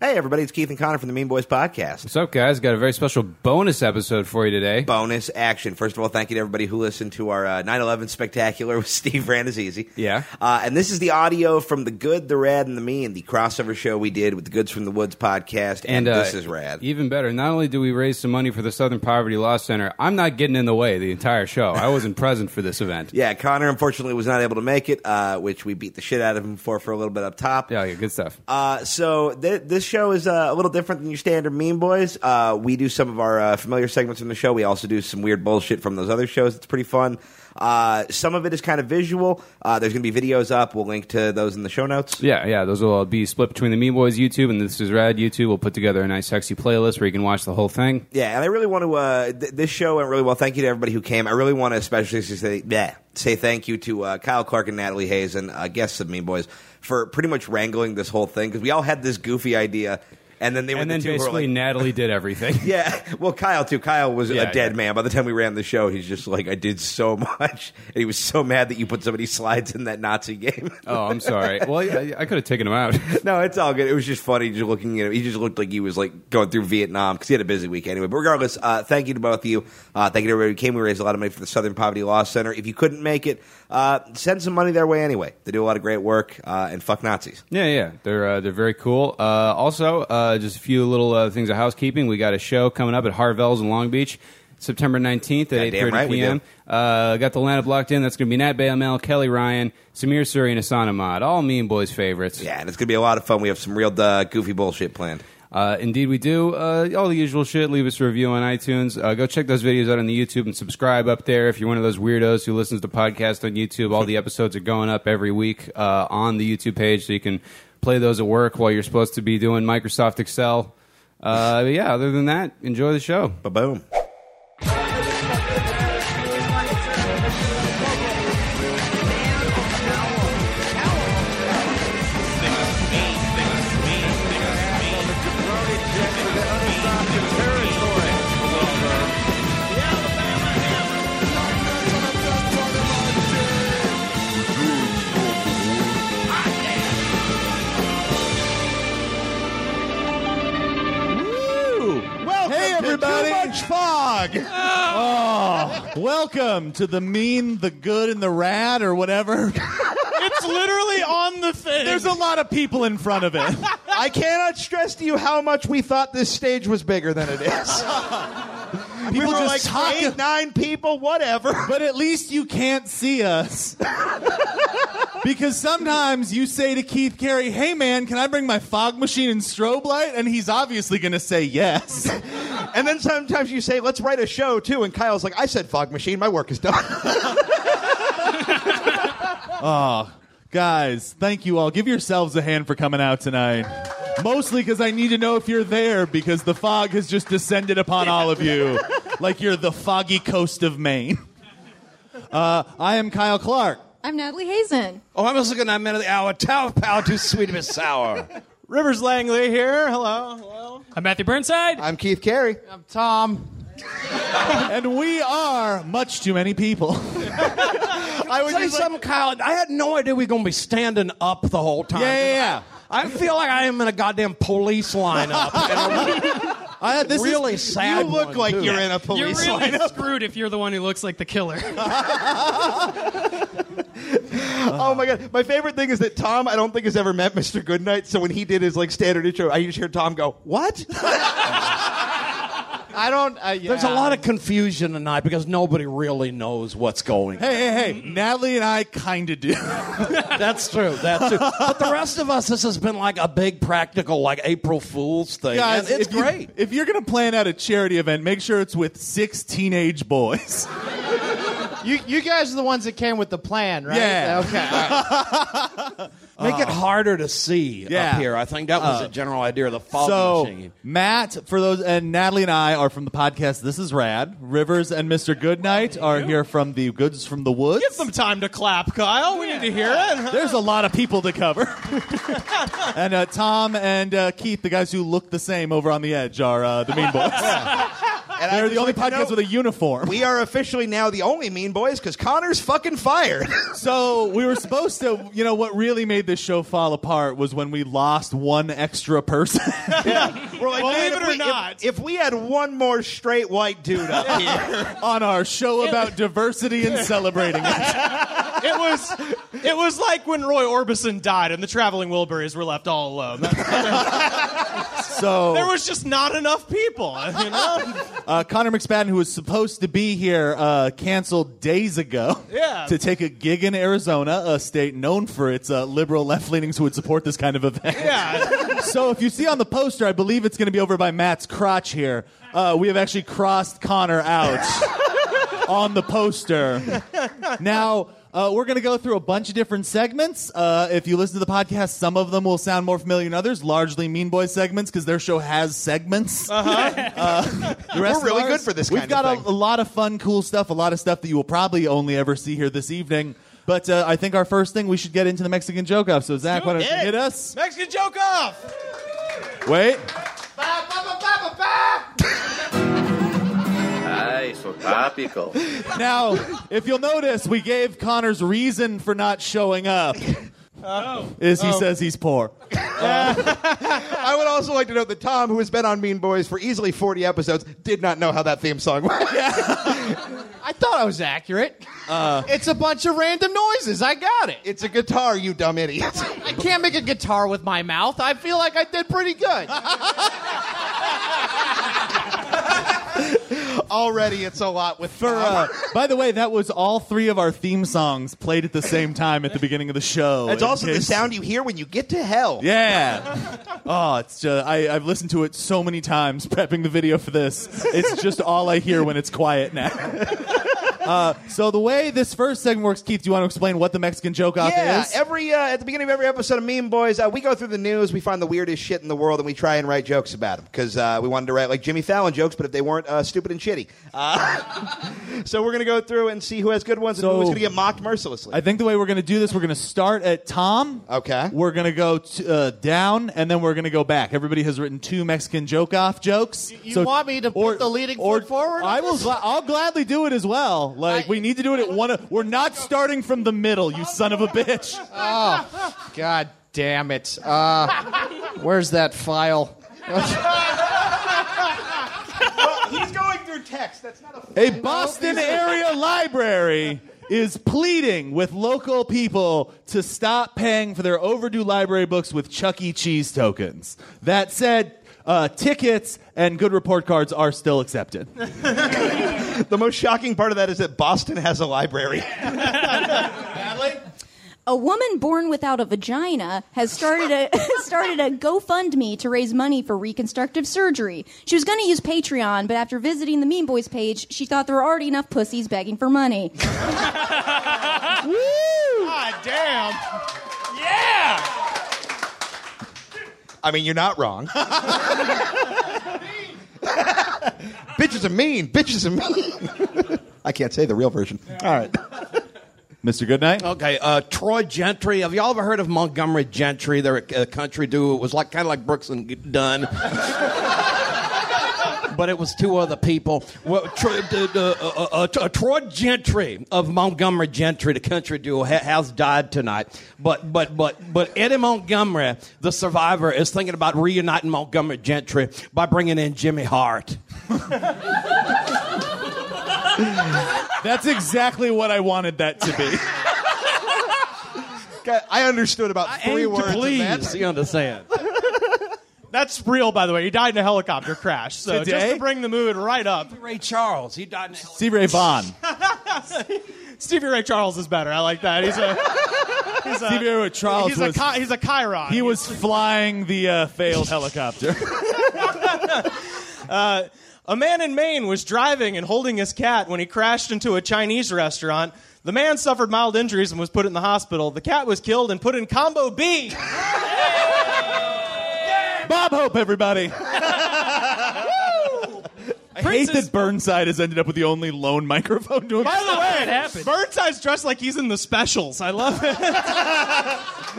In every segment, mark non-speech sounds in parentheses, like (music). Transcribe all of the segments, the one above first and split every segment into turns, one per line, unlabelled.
Hey, everybody, it's Keith and Connor from the Mean Boys Podcast.
What's up, guys? Got a very special bonus episode for you today.
Bonus action. First of all, thank you to everybody who listened to our 9 11 Spectacular (laughs) with Steve Ranazizi.
Yeah.
Uh, and this is the audio from The Good, The Rad, and The Mean, the crossover show we did with the Goods from the Woods podcast. And,
uh,
this is rad.
Even better, not only do we raise some money for the Southern Poverty Law Center, I'm not getting in the way the entire show. I wasn't present for
(laughs)
this event.
yeah, Connor unfortunately was not able to make it, uh, which we beat the shit out of him for for a little bit up top.
Yeah, yeah good stuff.
Uh, so th- this show is uh, a little different than your standard Mean Boys. Uh, we do some of our uh, familiar segments from the show. We also do some weird bullshit from those other shows. It's pretty fun. Uh, some of it is kind of visual. Uh, there's going to be videos up. We'll link to those in the show notes.
Yeah, yeah, those will all be split between the Mean Boys YouTube and This Is Rad YouTube. We'll put together a nice, sexy playlist where you can watch the whole thing.
Yeah, and I really want to. Uh, th- this show went really well. Thank you to everybody who came. I really want to especially say yeah, say thank you to uh, Kyle Clark and Natalie Hayes and uh, guests of Mean Boys for pretty much wrangling this whole thing because we all had this goofy idea, and then they were
And
the
then
two who were
basically,
like,
Natalie did everything.
(laughs) Yeah, well, Kyle too. Kyle was
Yeah,
a dead
yeah.
man. By the time we ran the show, he's just like, I did so (laughs) much, and he was so mad that you put so many slides in that Nazi
(laughs)
game.
Oh, I'm sorry. Well, I, I could have taken him out.
no, it's all good. It was just funny just looking at him. He just looked like he was like going through Vietnam because he had a busy week anyway. But regardless, uh, thank you to both of you. Uh, thank you to everybody who came. We raised a lot of money for the Southern Poverty Law Center. If you couldn't make it, uh, send some money their way anyway. They do a lot of great work uh, and fuck Nazis.
Yeah, yeah, they're uh, they're very cool. Uh, also, uh, just a few little uh, things of housekeeping. We got a show coming up at Harvell's in Long Beach, September nineteenth at eight
Goddamn
thirty
right we
p.m. Uh, got the lineup locked in. That's going to be Nat Baymel, Kelly Ryan, Samir Suri, and Asana Mod. All Mean Boys favorites.
Yeah, and it's gonna be a lot of fun. We have some real uh, goofy bullshit planned.
Uh, indeed, we do. Uh, all the usual shit. Leave us a review on iTunes. Uh, go check those videos out on the YouTube and subscribe up there. If you're one of those weirdos who listens to podcasts on YouTube, all the episodes are going up every week uh, on the YouTube page, so you can play those at work while you're supposed to be doing Microsoft Excel. Uh, but yeah, other than that, enjoy the show.
Ba boom.
Welcome
Hey,
to
everybody. Ah.
Too much fog. Oh, welcome to the mean, the good, and the rad, or whatever.
(laughs) It's literally on the thing.
There's a lot of people in front
(laughs)
of it.
I cannot stress to you how much we thought this stage was bigger than it is.
People
we were
just
like
talk-
eight, nine people, whatever.
But at least you can't see us. (laughs) Because sometimes you say to Keith Carey, "Hey man, can I bring my fog machine and strobe light?" and he's obviously going to say yes.
And then sometimes you say, "Let's write a show too," and Kyle's like, "I said fog machine. My work is done."
Guys, thank you all. Give yourselves a hand for coming out tonight. Mostly because I need to know if you're there because the fog has just descended upon all of you like you're the foggy coast of Maine. Uh, I am Kyle Clark.
I'm Natalie Hazen.
Oh, I'm also going to admit our tower power too sweet of a sour.
Rivers Langley here. Hello. Hello.
I'm Matthew Burnside.
I'm Keith Carey.
I'm Tom.
(laughs) And we are much too many people.
I was
Say
just like,
something, Kyle. I had no idea we were going to be standing up the whole time.
Yeah, yeah, yeah.
I feel like I am in a goddamn police lineup.
(laughs)
I, this
really
is,
sad.
you look
one,
like
too.
you're in a
You're
police
really
lineup.
screwed if you're the one who looks like the killer.
(laughs) Oh my god! My favorite thing is that Tom, I don't think has ever met Mr. Goodnight. So when he did his like standard intro, I just hear Tom go, "What?"
I don't. Uh, yeah. There's a lot of confusion tonight because nobody really knows what's going. on.
Hey, hey, hey. Natalie and I kind of do.
(laughs) That's true. That's true. but the rest of us, this has been like a big practical, like April Fool's thing.
Guys,
and it's
if you-
great.
if you're going to plan out a charity event, make sure it's with six teenage boys. (laughs)
You, you guys are the ones that came with the plan, right?
Yeah.
Okay. all right.
Make
Uh-huh.
it harder to see
Yeah.
up here. I think that
Uh,
was the general idea of the fog
so
machine.
Matt, for those, and Natalie and I are from the podcast. This is rad. Rivers and Mr. Goodnight are here from the Goods from the Woods.
Give them time to clap, Kyle. We need to hear it.
There's a lot of people to
(laughs)
cover. and
(laughs)
uh, Tom and uh, Keith, the guys who look the same over on the edge, are uh, the Mean Boys.
And I
They're
would
the
just
only
like to
podcast
know-
with a uniform.
We are officially now the only mean boys because Connor's fucking fired. (laughs)
So we were supposed to, you know, what really made this show fall apart was when we lost one extra person. (laughs)
We're like,
Believe
man, if
it or
we- if-
not.
if, we had one more straight white dude up here,
on our show about diversity and celebrating it.
(laughs) It was, it was like when Roy Orbison died and the traveling Wilburys were left all alone. That- there
So
was just not enough people. (laughs) You know?
uh, Connor McSpadden, who was supposed to be here, uh, canceled days ago
Yeah.
to take a gig in Arizona, a state known for its uh, liberal left leanings who would support this kind of event.
Yeah.
So if you see on the poster, I believe it's going to be over by Matt's crotch here. Uh, we have actually crossed Connor out on the poster. Now. Uh, we're going to go through a bunch of different segments. Uh, if you listen to the podcast, some of them will sound more familiar than others, largely Mean Boy segments because their show has segments. Uh-huh. the rest
(laughs) We're really
of
good
ours,
for this
We've
kind of
got a-
thing.
a lot of fun, cool stuff, a lot of stuff that you will probably only ever see here this evening. But uh, I think our first thing, we should get into the Mexican joke off. So, Zach, why don't you
it.
hit us?
Mexican joke off.
Wait.
Ay, so topical.
Now, if you'll notice, we gave Connor's reason for not showing up. Is he says he's poor.
I would also like to note that Tom, who has been on Mean Boys for easily 40 episodes, did not know how that theme song (laughs) went.
I thought I was accurate.
Uh,
it's a bunch of random noises. I got it.
It's a guitar, you dumb idiot. (laughs)
I can't make a guitar with my mouth. I feel like I did pretty good.
Already, it's a lot with
For, uh, by the way, that was all three of our theme songs played at the same time at the beginning of the show.
That's
in
also the
case-
sound you hear when you get to hell.
Yeah. Oh, it's just, I, I've listened to it so many times prepping the video for this. It's just all I hear when it's quiet now. (laughs) Uh, so the way this first segment works, Keith, do you want to explain what the Mexican joke off
Yeah,
is?
every uh, at the beginning of every episode of Meme Boys, uh, we go through the news, we find the weirdest shit in the world, and we try and write jokes about them because uh, we wanted to write like Jimmy Fallon jokes, but if they weren't uh, stupid and shitty, uh, (laughs) so we're gonna go through and see who has good ones and
So-
who's gonna get mocked mercilessly.
I think the way we're going to do this, we're going to start at Tom.
Okay.
We're going to go t- uh, down, and then we're going to go back. Everybody has written two Mexican joke off jokes.
you want me to put the leading foot forward on
I will.
this?
Gla- I'll gladly do it as well. Like
I-
we need to do it at one. Of, we're not starting from the middle, you son of a
(laughs)
bitch.
God damn it. Uh, where's that file?
He's going through text. That's not a.
A Boston
(laughs)
area library is pleading with local people to stop paying for their overdue library books with Chuck E. Cheese tokens. That said, uh, tickets and good report cards are still
(laughs)
accepted.
The most shocking part of that is that Boston has a library.
A woman born without a vagina has started a (laughs) started a GoFundMe to raise money for reconstructive surgery. She was going to use Patreon, but after visiting the Mean Boys page, she thought there were already enough pussies begging for money.
God damn.
I mean, you're not (laughs) wrong. Bitches are mean. Bitches are mean. I can't say the real version. All right.
Mr. Goodnight?
(laughs) Okay, uh, Troy Gentry. Have y'all ever heard of Montgomery Gentry? They're a, a country duo. It was like kind of like Brooks
(laughs)
and Dunn. But it was two other people. Well, Troy, uh, uh, uh, uh, uh, Troy Gentry of Montgomery Gentry, the country duo, ha- has died tonight. But but but but Eddie Montgomery, the survivor, is thinking about reuniting Montgomery Gentry by bringing in Jimmy Hart.
That's exactly what I wanted that to
(laughs)
be.
I understood about three
Aim to
words. of that.
please, you understand?
That's real, by the way. He died in a helicopter crash. So just
Today?
to bring the mood right up,
Ray Charles, he died in a helicopter.
C. Ray Vaughn.
Stevie Ray Charles is better. I like that. He's a he's a,
Stevie Ray Charles
he's
was-
a chi- he's a Chiron.
He was flying the uh, failed
(laughs)
helicopter.
Uh, A man in Maine was driving and holding his cat when he crashed into a Chinese restaurant. The man suffered mild injuries and was put in the hospital. The cat was killed and put in combo B. (laughs)
Bob Hope, everybody. I hate
Prince's-
that Burnside has ended up with the only lone microphone to
By
himself.
the way,
It happened.
Burnside's dressed like he's in the specials. I love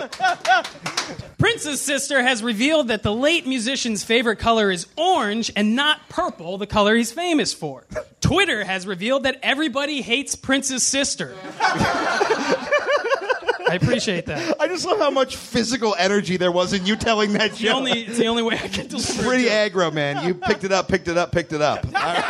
it.
(laughs) Prince's sister has revealed that the late musician's favorite color is orange and not purple, the color he's famous for. Twitter has revealed that everybody hates Prince's
(laughs)
sister. I appreciate that.
I just love how much physical energy there was in you telling that
The
joke.
only, it's the only way I can deliver.
Pretty
it.
aggro, man. You picked it up, picked it up, picked it up. All right.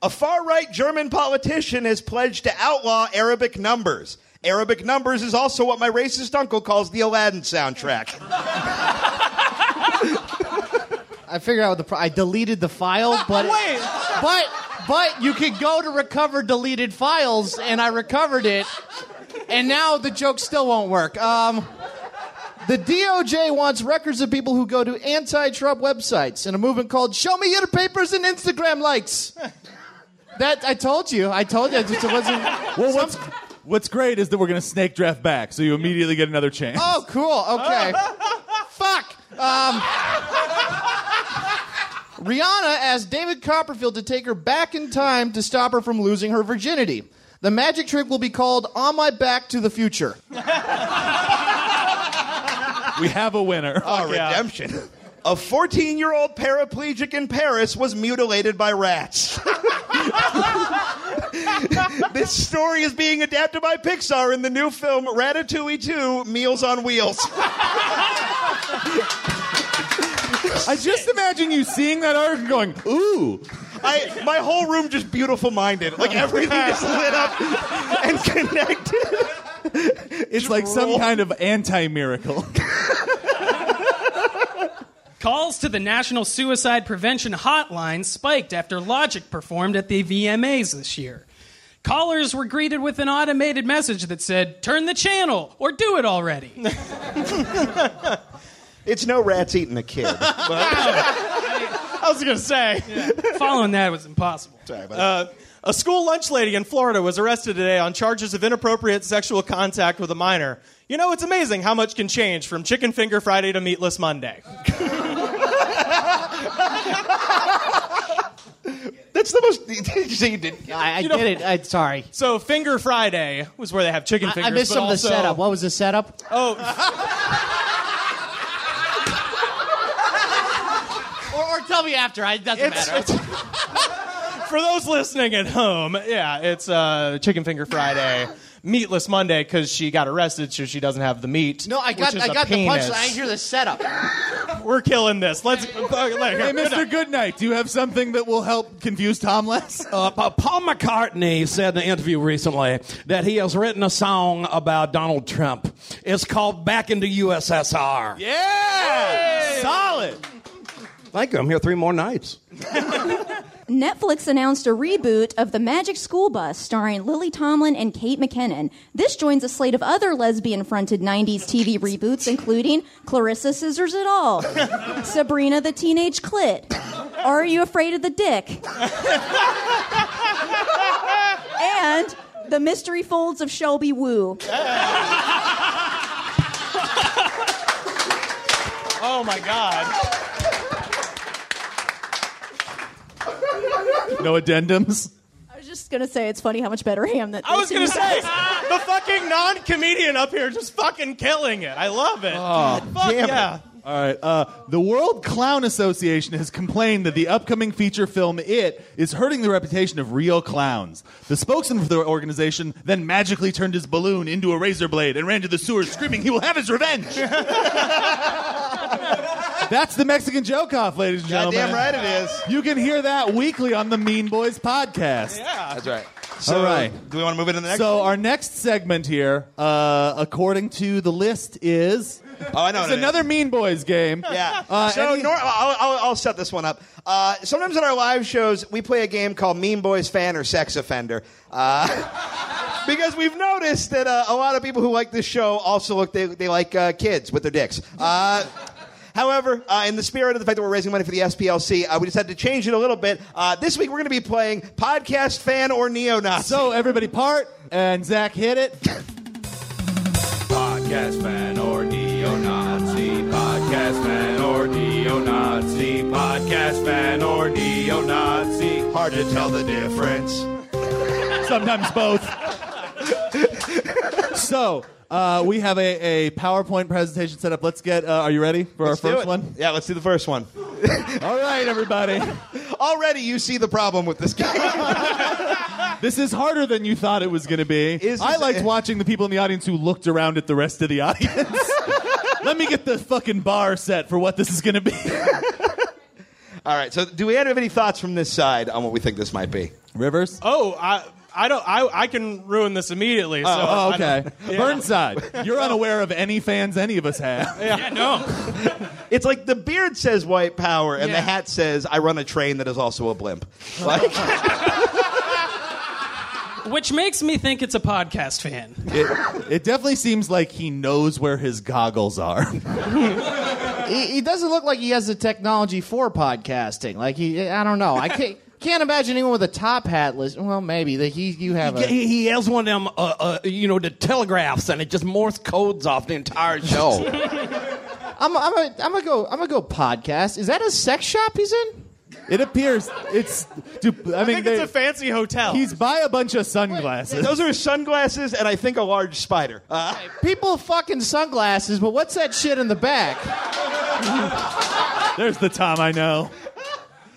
A far right German politician has pledged to outlaw Arabic numbers. Arabic numbers is also what my racist uncle calls the Aladdin soundtrack.
I figured out the pro- I deleted the file, but
Wait.
but but you could go to recover deleted files, and I recovered it, and now the joke still won't work. Um, the DOJ wants records of people who go to anti-Trump websites in a movement called "Show Me Your Papers and Instagram Likes." That I told you, I told you, I just it wasn't.
Well, what's what's great is that we're gonna snake draft back, so you immediately get another chance.
Oh, cool. Okay. Fuck.
(laughs)
Um, Rihanna asked David Copperfield to take her back in time to stop her from losing her virginity. The magic trick will be called On My Back to the Future.
We have a winner.
Oh, redemption. A 14 year old paraplegic in Paris was mutilated by rats. (laughs) this story is being adapted by Pixar in the new film Ratatouille 2 Meals on Wheels.
I just imagine you seeing that article and going, ooh.
I, my whole room just beautiful minded. Like everything is lit up and connected.
It's like some
roll.
kind of anti miracle.
Calls to the National Suicide Prevention Hotline spiked after Logic performed at the VMAs this year. Callers were greeted with an automated message that said, Turn the channel or do it already.
It's no rats eating a kid.
(laughs) I was gonna say. Uh,
Following that was impossible.
A school lunch lady in Florida was arrested today on charges of inappropriate sexual contact with a minor. You know, it's amazing how much can change from Chicken Finger Friday to Meatless Monday.
That's the most. (laughs) Did you say you did?
Oh,
I, I did it. I, sorry.
So, Finger Friday was where they have chicken
I,
fingers.
I missed
but
some of the
also-
setup. What was the setup?
Oh,
(laughs) Or, or tell me after. I, it doesn't
it's, it's- for those listening at home, yeah, it's uh, Chicken Finger Friday,
(laughs)
Meatless Monday, because she got arrested, so she doesn't have the meat.
no, I got,
which is
I
a
got the
penis.
punchline. I didn't hear the setup.
We're killing this.
(laughs)
Let's. uh, like,
Hey, Mr. Goodnight, do you have something that will help confuse Tom less?
(laughs) Uh, Pa- Paul McCartney said in an interview recently that he has written a song about Donald Trump. It's called Back into USSR.
Yeah! Solid!
Thank you. I'm here three more nights.
Netflix announced a reboot of The Magic School Bus starring Lily Tomlin and Kate McKinnon. This joins a slate of other lesbian fronted 90s TV reboots, including Clarissa Scissors It
(laughs)
All, Sabrina the Teenage Clit, Are You Afraid of the Dick? and The Mystery Folds of Shelby Woo.
Oh my God.
(laughs) No addendums?
I was just going to say it's funny how much better I am than
I was
than
gonna
you.
say the fucking non-comedian up here just fucking killing it. I love it.
Oh,
Fuck yeah.
All right. Uh, the World Clown Association has complained that the upcoming feature film It is hurting the reputation of real clowns. The spokesman for the organization then magically turned his balloon into a razor blade and ran to the sewers screaming he will have his (laughs) revenge. That's the Mexican joke off, ladies and gentlemen.
Goddamn right it is.
You can hear that weekly on the Mean Boys podcast.
That's right. So,
All right.
Do we want to move into the next?
So our next segment here, uh, according to the list, is
oh, I know.
it's
what it is.
another Mean Boys game.
Yeah.
Uh,
so
any-
nor- I'll, I'll, I'll set this one up. Uh, sometimes at our live shows, we play a game called Mean Boys Fan or Sex Offender. Uh, (laughs) because we've noticed that uh, a lot of people who like this show also look, they, they like uh, kids with their dicks. Uh, However, uh, in the spirit of the fact that we're raising money for the SPLC, uh, we decided to change it a little bit. Uh, this week, we're going to be playing podcast fan or neo Nazi.
So everybody part, and Zach hit it.
Podcast fan or neo Nazi. Podcast fan
neo-Nazi, podcast fan or neo-Nazi. Hard to tell the difference.
Sometimes
(laughs)
both. so uh, we have a, a PowerPoint presentation set up. Let's get. Uh, are you ready for
Let's do
our first
it.
one?
Yeah, let's do the first one.
All right, everybody.
(laughs) Already you see the problem with this guy.
(laughs) this is harder than you thought it was going to be. I liked watching the people in the audience who looked around at the rest of the audience. (laughs) Let me get the fucking bar set for what this is going to be.
All right, so do we have any thoughts from this side on what we think this might be?
(laughs) Rivers?
Oh, I, I don't. I, I can ruin this immediately. So
Oh,
I
okay.
don't-
(laughs)
yeah.
Burnside, you're unaware of any fans any of us have.
Yeah, no.
It's like the beard says white power and the hat says I run a train that is also
(laughs)
a blimp. Like
Which makes me think it's a podcast fan.
It, it definitely seems like he knows where his goggles are.
he, he doesn't look like he has the technology for podcasting. Like he, I don't know. I can't, can't imagine anyone with a top hat. List. Well, maybe that he you have (laughs) a.
He, he has one of them, uh, uh, you know, the telegraphs, and it just Morse codes off the entire show.
I'm I'm a, I'm gonna go I'm gonna go podcast. Is that a sex shop he's in?
It appears it's. I, mean,
think it's a fancy hotel.
He's by a bunch of sunglasses.
Those are sunglasses and I think a large spider. Uh,
People fucking sunglasses, but what's that shit in the back?
There's the Tom I know.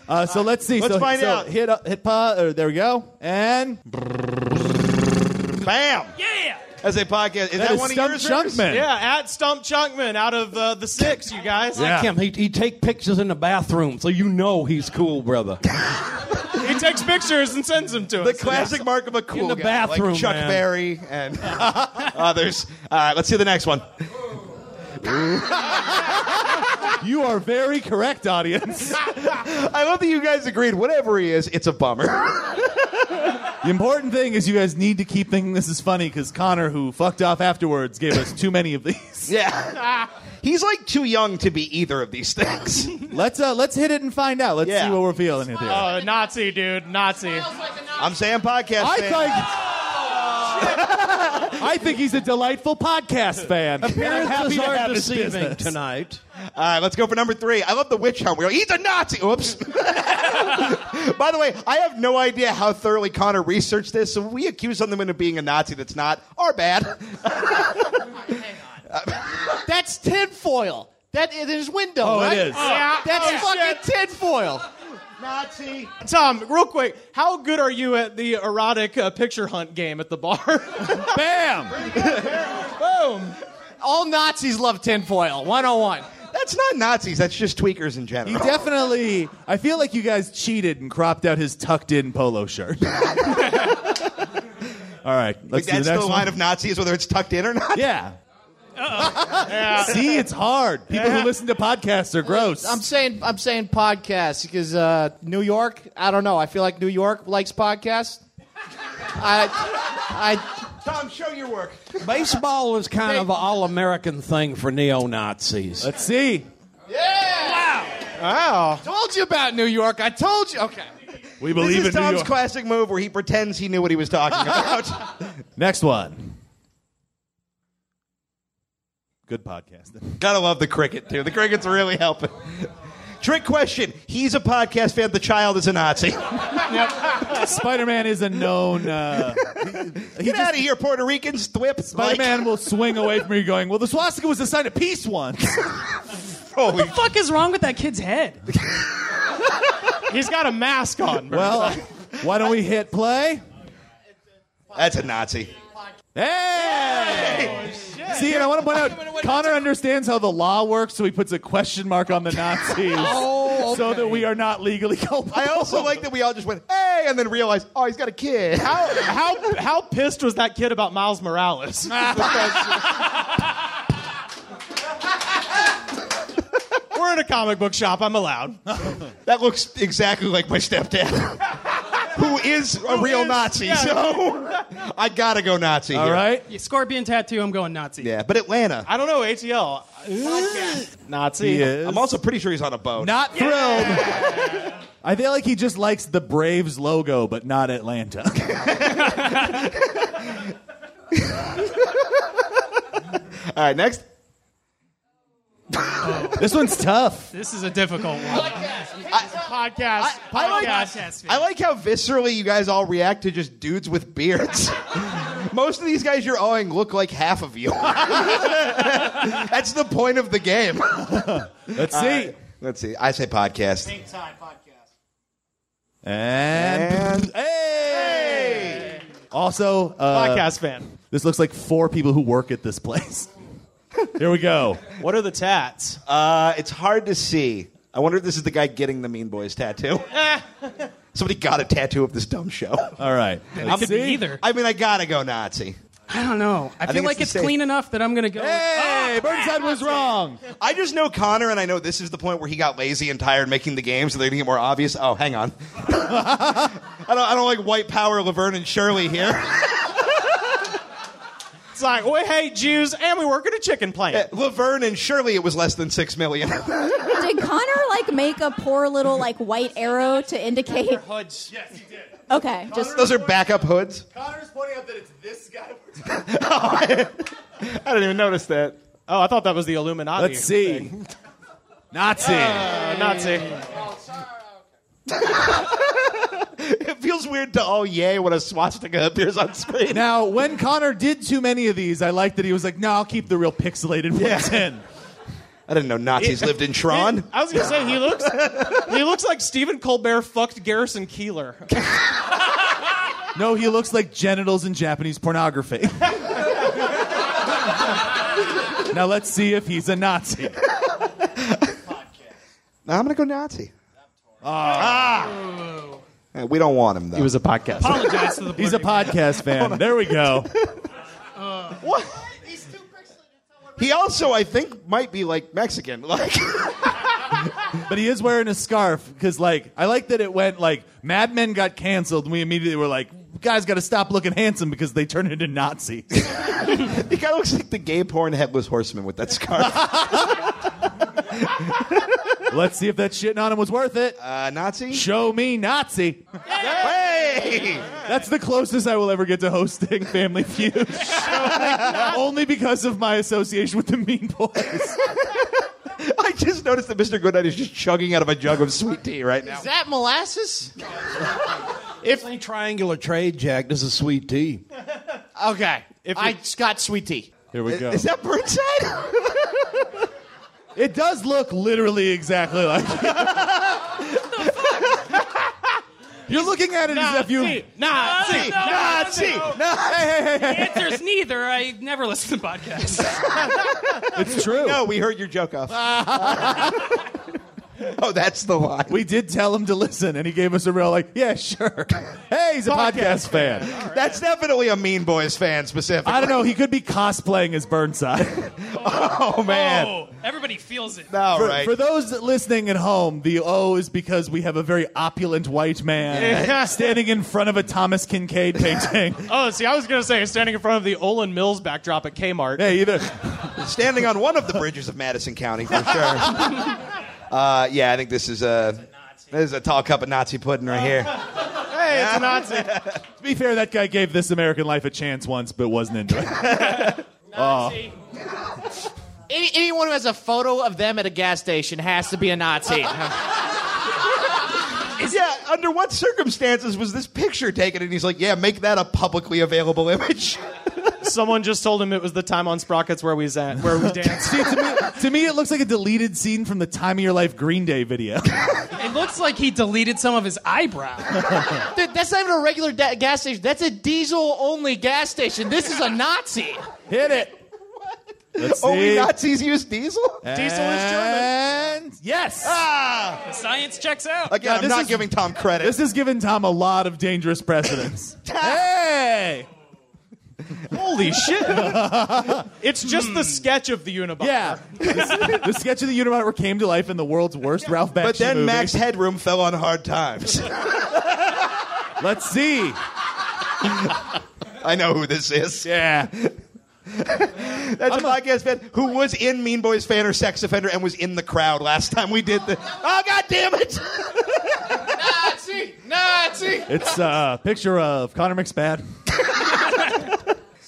Uh, so let's see.
Let's
so,
find
so
out.
Hit up, hit pa. Or there we go. And
bam.
Yeah.
As a podcast, is that,
That is
one
Stump
of yours? Rivers?
Chunkman.
Yeah, at Stump Chunkman out of uh, the six, you
(laughs)
guys.
Like him, he, he take pictures in the bathroom, so you know he's cool, brother.
He takes pictures and sends them to us.
The classic mark of a cool
In the
guy,
bathroom,
like Chuck
man.
Berry and (laughs) others. All right, let's see the next one.
(laughs) you are very correct, audience.
I love that you guys agreed. Whatever he is, it's a bummer.
the important thing is you guys need to keep thinking this is funny because Connor, who fucked off afterwards, gave us too many of these.
yeah, he's like too young to be either of these
(laughs)
things.
let's uh, let's hit it and find out. Let's
Yeah.
see what we're feeling here.
Oh, Nazi, dude. Nazi.
I'm saying podcast.
I
fan.
think. I think he's a delightful podcast fan. I'm happy
Appearances
to
are
have his
deceiving
business.
tonight.
All right, let's go for number three. I love the witch hunt. We're like, he's a Nazi. Oops. (laughs) By the way, I have no idea how thoroughly Connor researched this. So we accuse someone of being a Nazi that's not. Our bad.
That's tinfoil. That there's window.
Oh, it
right?
is.
Yeah. That's fucking tinfoil.
Nazi.
Tom, real
(laughs)
quick, how good are you at the erotic uh, picture hunt game at the bar? (laughs)
Bam!
Boom.
All Nazis love tinfoil. 101.
That's not Nazis. That's just tweakers in
He
general.
definitely. I feel like you guys cheated and cropped out his tucked-in polo shirt. (laughs) All right,
(laughs) like,
let's do the
that's the
next
line
one.
of Nazis, whether it's tucked in or not.
yeah. (laughs) See, it's hard. People who listen to podcasts are gross.
I'm saying I'm saying podcasts because uh, New York. I don't know. I feel like New York likes podcasts. I I
(laughs) Tom, show your work.
Baseball is kind of an all-American thing for neo-Nazis.
Let's see.
told you about New York. I told you. Okay.
We
This
believe
is
in New
Tom's
York.
classic move where he pretends he knew what he was (laughs) talking about.
next one. Good podcasting.
Gotta love the cricket, too. The cricket's really helping. Trick question. He's a podcast fan. The child is a
(laughs)
Nazi. (laughs)
Spider-Man is a known.
(laughs)
Uh,
Get out of here, Puerto Ricans. Thwip.
Spider Man will swing away from you going, Well, the swastika was a sign of peace
(laughs)
once.
What the fuck is wrong with that kid's head?
He's got a mask on. bro.
well, why don't we hit play?
That's a Nazi.
Hey! See, and I want to point out Connor understands how the law works, so he puts a question mark
(laughs)
on the Nazis so that we are not legally (laughs) culpable.
I also like that we all just went, hey, and then realized, oh, he's got a kid. (laughs) How?
how, how pissed was that kid about
(laughs)
Miles Morales? We're in a comic book shop. I'm allowed.
That looks exactly like my stepdad, (laughs) who is a real
is-
Nazi.
yeah.
So I gotta go Nazi
All
here.
right?
Yeah, Scorpion tattoo, I'm going Nazi.
Yeah, but Atlanta.
I don't know, ATL. Ugh. Nazi.
He is.
I'm also pretty sure he's on a boat.
not thrilled. I feel like he just likes the Braves logo, but
(laughs)
not Atlanta.
All right, next.
(laughs) this one's tough.
This is a difficult one.
podcast.
I like,
Podcast.
I like how viscerally you guys all react to just dudes with beards. Most of these guys you're owing look like half of you. (laughs) That's the point of the game.
Let's
see. let's see. I say podcast.
And, (laughs) hey! Also, uh,
Podcast fan.
This looks like four people who work at
(laughs)
this place. Here we go.
What are the tats?
Uh, it's hard to see. I wonder if this is the guy getting the Mean Boys tattoo.
(laughs)
Somebody got a tattoo of this dumb show.
All right.
It could be either.
I mean, I gotta go Nazi.
I don't know. I,
I
feel
think
like
it's
it's,
the safe-
clean enough that I'm gonna go. "Ah!"
Hey, Burnside was wrong.
I just know Connor, and I know this is the point where he got lazy and tired making the game, so they're going to get more obvious. Oh, hang on. (laughs) I, don't, I don't like white power Laverne and Shirley here. (laughs)
It's like we hate Jews and we work at a chicken plant.
Laverne and Shirley, it was less than six million. (laughs)
Did Connor like make a poor little like white arrow to indicate?
Hoods. Yes,
he did.
Okay, just
Those are backup hoods.
Connor's pointing out that it's this guy.
I didn't even notice that.
Oh, I thought that was the Illuminati.
Let's see. (laughs) Nazi.
Uh, Nazi.
It feels weird to all yay when a swastika appears on screen.
Now, when Connor did too many of these, I liked that he was like, no, I'll keep the real pixelated ones in.
I didn't know Nazis lived in Tron.
I was gonna say he looks he looks like Stephen Colbert fucked
(laughs)
Garrison Keeler.
No, he looks like genitals in Japanese (laughs) pornography. now, let's see if he's a (laughs) Nazi.
Now I'm going to go Nazi. Ah. Eh, We don't want him, though.
a podcast.
Apologize to the
He's a podcast fan. There we (laughs) go.
he also, I think, might be like Mexican. (laughs) Like,
But he is wearing a scarf because, like, I like that it went like Mad Men got canceled, and we immediately were like, guys got to stop looking handsome because they turn into (laughs) Nazis.
the guy looks like the gay porn headless horseman with that scarf. (laughs)
Let's see if that shitting on him was worth it.
Uh, Nazi?
Show me Nazi.
Hey!
That's the closest I will ever get to hosting Family Feud. Only because of my association with the Mean Boys.
I just noticed that Mr. Goodnight is just chugging out of a jug of sweet tea right now.
Is that molasses?
If any triangular trade, Jack, this is sweet tea.
Okay. I got sweet tea.
Here we go.
Is that Burnside?
It does look literally exactly like. You're looking at it as if you.
Nazi,
Nazi!
Answers neither. I never listen to podcasts.
It's true.
No, we heard your joke off. oh, that's the line.
We did tell him to listen, and he gave us a real like, yeah, sure. (laughs) Hey, he's a podcast, fan.
That's definitely a Mean Boys fan specific.
I don't know. He could be cosplaying as Burnside.
Oh, man.
Oh, everybody feels it.
(laughs)
(laughs)
All
For,
right.
for those listening at home, the O is because we have a very opulent white man standing in front of a Thomas Kincaid
(laughs)
painting.
Oh, see, I was gonna say standing in front of the Olin Mills backdrop at
(laughs)
Kmart.
hey, either
Standing on one of the bridges of Madison County, for sure. uh, yeah, I think this is a, this is a tall cup of Nazi pudding right here.
Hey, it's a Nazi.
to be fair, that guy gave This American Life a chance once, but wasn't into
(laughs)
it.
Oh. Any, anyone who has a photo of them at a gas station has to be a
(laughs)
Nazi.
yeah, under what circumstances was this picture taken? And he's like, yeah, make that a publicly available image.
Someone just told him it was the time on Sprockets where we zan- where we danced.
See, to, me, to me, it looks like a deleted scene from the Time of Your Life Green Day video.
(laughs)
It looks like he deleted some of his eyebrow.
Dude, that's not even a regular da- gas station. That's a diesel only gas station. This is a Nazi.
Hit it. Let's
Only
see.
Nazis use diesel?
Diesel is German.
And yes.
Oh.
The Science checks out.
Again,
Now,
I'm
this
not
is-
giving Tom credit.
This has given Tom a lot of dangerous
(laughs)
precedents. hey!
Holy shit! it's just the sketch of the Unabomber.
Yeah. This- (laughs) the sketch of the Unabomber came to life in the world's worst Ralph Bakshi
but then
movie.
Max Headroom fell on hard times. (laughs)
Let's see.
I know who this is.
Yeah.
That's a podcast fan who was in Mean Boys fan or sex offender and was in the crowd last time we did the. Oh God damn it!
Nazi! Nazi!
It's a uh, picture of Connor
(laughs)
McSpad.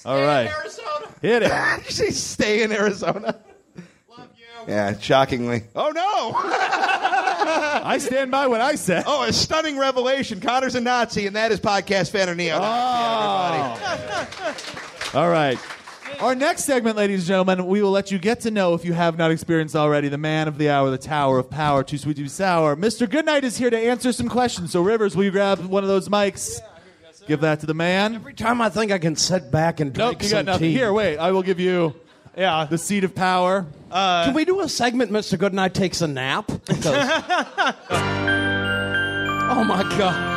All right.
Arizona.
Hit it.
Actually, stay in Arizona.
Love you.
Yeah, shockingly. Oh no!
I stand by what I said.
Oh, a stunning revelation. Connor's a Nazi, and that is podcast fan or neo.
All right. Our next segment, ladies and gentlemen, we will let you get to know if you have not experienced already the man of the hour, the tower of power, too sweet to be sour. Mr. Goodnight is here to answer some questions. So, Rivers, will you grab one of those mics? Give that to the man. Every
time I think I can sit back and drink
nope, you
some
got nothing.
tea.
Here, wait. I will give you
yeah.
the seat of power.
Can we do a segment, Mr. Goodnight takes a nap? 'Cause- oh my God.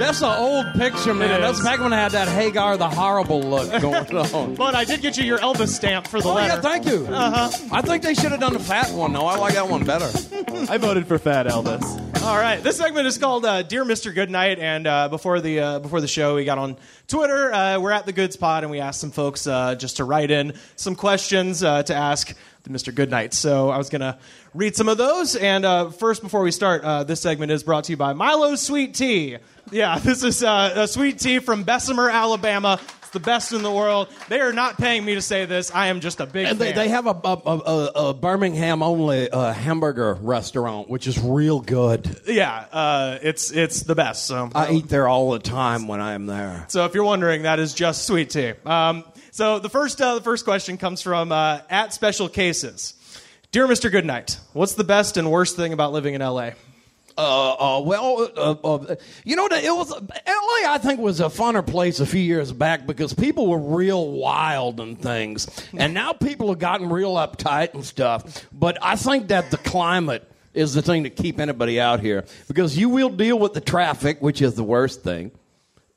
That's an old picture, man.
It
That's
is.
back when I had that Hagar the Horrible look going on.
(laughs) But I did get you your Elvis stamp for the
Oh,
letter.
yeah, thank you.
Uh-huh.
I think they should have done the fat one, though. I like that one better.
I voted for Fat Elvis.
All right, this segment is called uh, "Dear Mr. Goodnight," and uh, before the uh, before the show, we got on Twitter. Uh, we're at the Goods Pod, and we asked some folks uh, just to write in some questions uh, to ask the Mr. Goodnight. So I was gonna read some of those, and uh, first, before we start, uh, this segment is brought to you by Milo's Sweet Tea. Yeah, (laughs) this is uh, a sweet tea from Bessemer, Alabama. It's the best in the world. They are not paying me to say this. I am just a big
And they,
fan.
they have a, a, a, a- a Birmingham only uh, hamburger restaurant, which is real good.
yeah, uh, it's it's the best. So
I eat there all the time when I am there.
So if you're wondering, that is just sweet tea. Um, so the first uh, the first question comes from uh, at Special Cases. Dear Mr. Goodnight, what's the best and worst thing about living in LA?
Uh, uh, well, uh, uh, you know, it was LA. I think was a funner place a few years back because people were real wild and things, and now people have gotten real uptight and stuff. But I think that the climate is the thing to keep anybody out here because you will deal with the traffic, which is the worst thing.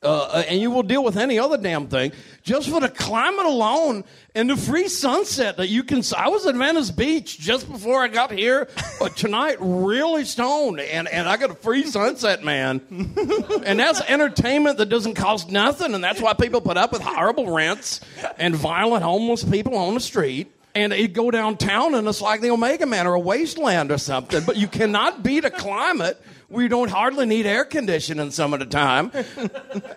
Uh, and you will deal with any other damn thing just for the climate alone and the free sunset that you can. I was at Venice Beach just before I got here uh, tonight, really stoned, and, and I got a free sunset, man. (laughs) and that's entertainment that doesn't cost nothing, and that's why people put up with horrible rents and violent homeless people on the street. And you go downtown, and it's like the Omega Man or a wasteland or something. But you cannot beat a climate where you don't hardly need air conditioning some of the time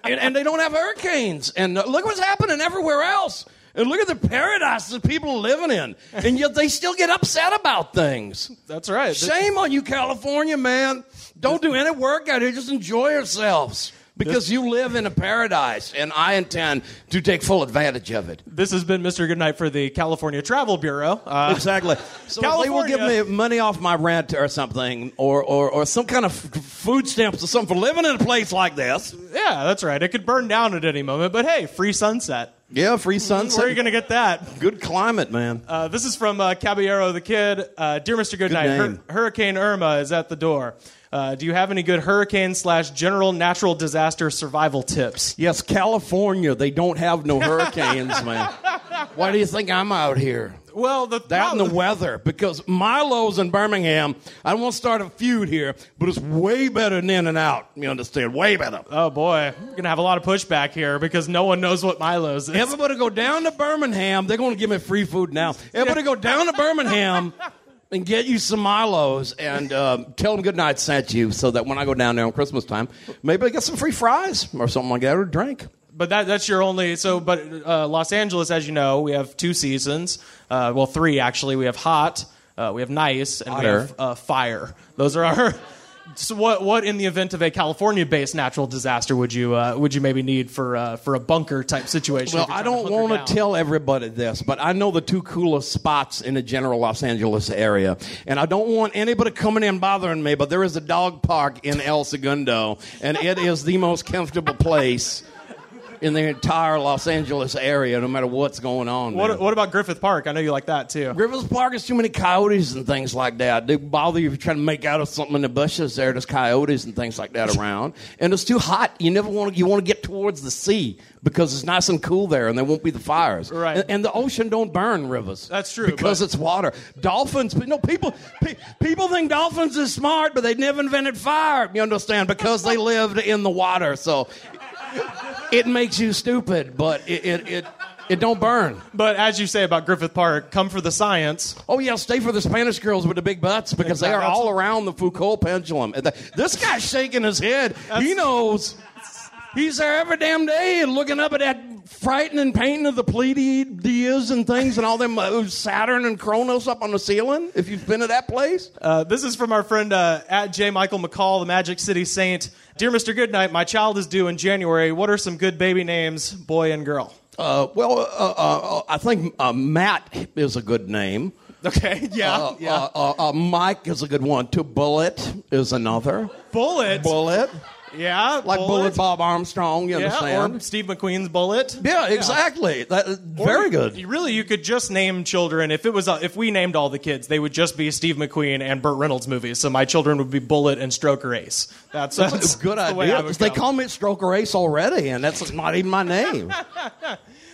and, and they don't have hurricanes. And uh, look what's happening everywhere else. And look at the paradise that people are living in. And yet they still get upset about things.
That's right.
Shame on you, California, man. Don't do any work out here. Just enjoy yourselves because you live in a paradise. And I intend to take full advantage of it.
This has been Mr. Goodnight for the California Travel Bureau. Uh,
(laughs) Exactly. So if they will give
California.
me money off my rent or something, or, or, or some kind of f- food stamps or something for living in a place like this.
Yeah, that's right. It could burn down at any moment, but hey, free sunset.
Yeah, free sunset.
Where are you going to get that?
Good climate, man.
Uh, this is from uh, Caballero the Kid. Uh, Dear Mr. Goodnight,
Good
Hur-
name.
Hurricane Irma is at the door. Uh, do you have any good hurricane slash general natural disaster survival tips?
Yes, California, they don't have no hurricanes, (laughs) man. Why do you think I'm out here?
Well, the
Out in the weather, because Milo's in Birmingham, I don't want to start a feud here, but it's way better than In and Out. You understand? Way better.
Oh boy, we're gonna have a lot of pushback here because no one knows what Milo's is.
Everybody go down to Birmingham. They're going to give me free food now. Everybody go down to Birmingham and get you some Milo's and um, tell them good night sent you so that when I go down there on Christmas time, maybe I get some free fries or something like that or a drink.
But that, that's your only. So, but uh, Los Angeles, as you know, we have two seasons. Uh, well, three actually. We have hot, uh, we have nice, and we
Hotter.
have uh, fire. Those are our. (laughs) So what what in the event of a California-based natural disaster would you uh, would you maybe need for uh, for a bunker type situation?
Well,
if you're
I
trying
don't
hunker
want
down?
to tell everybody this, but I know the two coolest spots in the general Los Angeles area. And I don't want anybody coming in bothering me, but there is a dog park in El Segundo, and it is the most comfortable place in the entire Los Angeles area, no matter what's going on. there.
What, what about Griffith Park? I know you like that too.
Griffith Park is too many coyotes and things like that. They bother you if you're trying to make out of something in the bushes there. There's coyotes and things like that around, and it's too hot. You never want to. You want to get towards the sea because it's nice and cool there, and there won't be the fires.
Right.
And, and the ocean don't burn rivers.
That's true,
because
but-
it's water. Dolphins. You know, people pe- people think dolphins is smart, but they never invented fire. You understand? Because they lived in the water, so it makes you stupid, but it it. it it don't burn.
But as you say about Griffith Park, come for the science.
Oh yeah, stay for the Spanish girls with the big butts because they are
That's-
all around the Foucault pendulum. And the- This guy's shaking his head. He knows. He's there every damn day and looking up at that frightening painting of the Pleiades and things and all them uh, Saturn and Kronos up on the ceiling. If you've been to that place,
Uh, this is from our friend uh, at J. Michael McCall, the Magic City Saint. Dear Mr. Goodnight, my child is due in January. What are some good baby names, boy and girl?
Uh, well, uh, uh, uh, I think uh, Matt is a good name.
Okay, (laughs) yeah,
Uh,
yeah.
Uh, uh, uh, Mike is a good one. To Bullet is another.
Bullet?
Bullet.
Yeah,
Like Bullet, Bob Armstrong, you
yeah,
understand?
or Steve McQueen's bullet.
Yeah, exactly. That-
Or
very
you-
good.
you really, you could just name children. If it was, uh, if we named all the kids, they would just be Steve McQueen and Burt Reynolds movies. So my children would be Bullet and Stroker Ace. That's,
That's a
that's
good
the way
idea.
I would
They
go.
call me Stroker Ace already, and that's not even my name.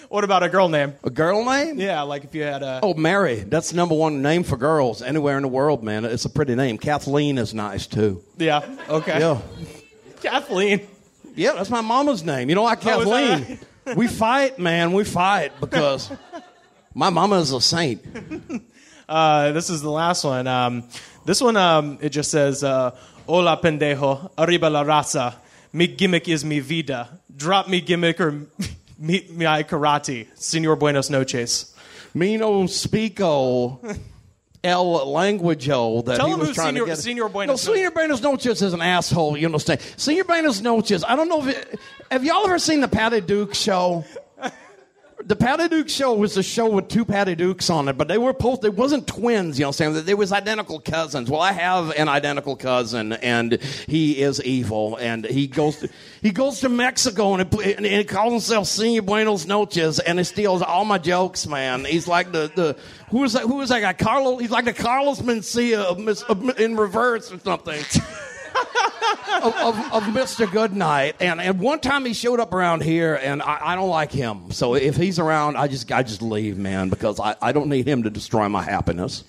What about a girl name?
A girl name?
Yeah, like if you had a.
Oh, Mary. That's the number one name for girls anywhere in the world, man. It's a pretty name. Kathleen is nice, too.
Yeah. Okay.
Yeah.
(laughs) Kathleen.
Yeah, that's my mama's name. You know why,
Oh, is that
Kathleen? we fight, man. We fight because my mama is a saint.
Uh, this is the last one. Um, this one, um, it just says, uh, "Hola pendejo, arriba la raza. Mi gimmick is mi vida. Drop me gimmick or (laughs) meet me karate. Senor buenos noches."
Me no speako el languageo that
Tell
he
him
was
who
trying
Senor-
to get.
Senor
no,
Buenos
Senor Buenos Noches is an asshole. You understand? Senor Buenos Noches. I don't know if it, have y'all ever seen the Patty Duke show. The Patty Duke show was a show with two Patty Dukes on it, but they were both. They wasn't twins, you understand? They was identical cousins. Well, I have an identical cousin, and he is evil, and he goes to, he goes to Mexico and he, and he calls himself Senor Buenos Noches, and he steals all my jokes, man. He's like the the who is that? Who is that guy? Carlos. He's like the Carlos Mencia of, Mis- of, in reverse or something (laughs) of, of, of Mr. Goodnight, and, and one time he showed up around here, and I, I don't like him. So if he's around, I just I just leave, man, because I, I don't need him to destroy my happiness.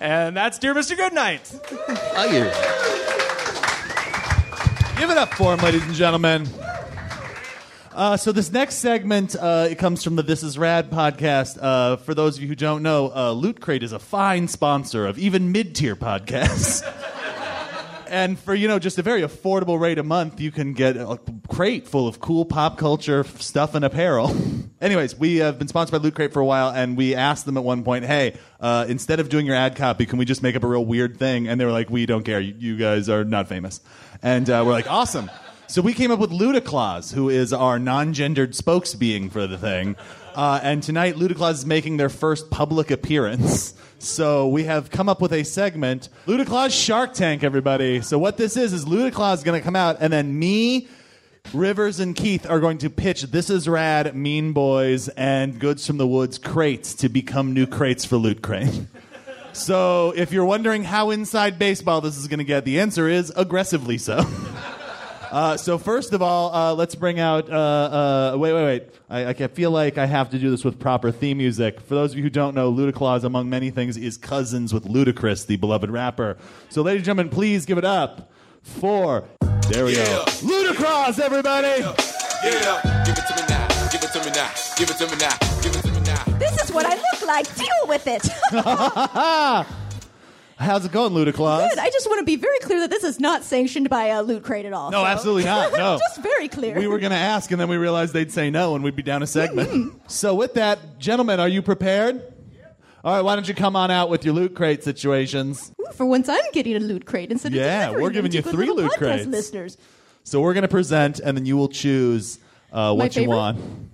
And that's dear Mr. Goodnight.
Thank you.
Give it up for him, ladies and gentlemen. Uh, so this next segment, uh, it comes from the This Is Rad podcast. Uh, for those of you who don't know, uh, Loot Crate is a fine sponsor of even mid-tier podcasts. and for you know just a very affordable rate a month, you can get a crate full of cool pop culture f- stuff and apparel. (laughs) Anyways, we have been sponsored by Loot Crate for a while, and we asked them at one point, "Hey, uh, instead of doing your ad copy, can we just make up a real weird thing?" And they were like, "We don't care. You, you guys are not famous." And uh, we're like, "Awesome." So we came up with Ludaclaus, who is our non-gendered spokesbeing for the thing. Uh, and tonight, Ludaclaus is making their first public appearance. So we have come up with a segment, Ludaclaus Shark Tank, everybody. So what this is is Ludaclaus is going to come out, and then me, Rivers, and Keith are going to pitch This Is Rad, Mean Boys, and Goods from the Woods crates to become new crates for Loot Crate. (laughs) So if you're wondering how inside baseball this is going to get, the answer is aggressively so. (laughs) Uh, so first of all, uh, let's bring out. Uh, uh, wait, wait, wait. I, I can feel like I have to do this with proper theme music. For those of you who don't know, Ludaclaus, among many things, is cousins with Ludacris, the beloved rapper. So, ladies and gentlemen, please give it up for. There we go. Ludacris, everybody.
Yeah, give it to me now. Give it to me now. Give it to me now. Give it to me now.
This is what I look like. Deal
(laughs)
with it. (laughs)
How's it going, Ludacris?
Good. I just want to be very clear that this is not sanctioned by uh, Loot Crate at all.
No,
so-
absolutely
(laughs)
not. No.
just very clear.
We were going to ask, and then we realized they'd say no, and we'd be down a segment. So, with that, gentlemen, are you prepared? All right, why don't you come on out with your loot crate situations?
For once, I'm getting a Loot Crate instead of
Yeah,
delivering
we're
them
giving
to
you
good
three
little
Loot
podcast
Crates.
Listeners,
So we're going to present, and then you will choose uh,
My
what you
favorite?
want.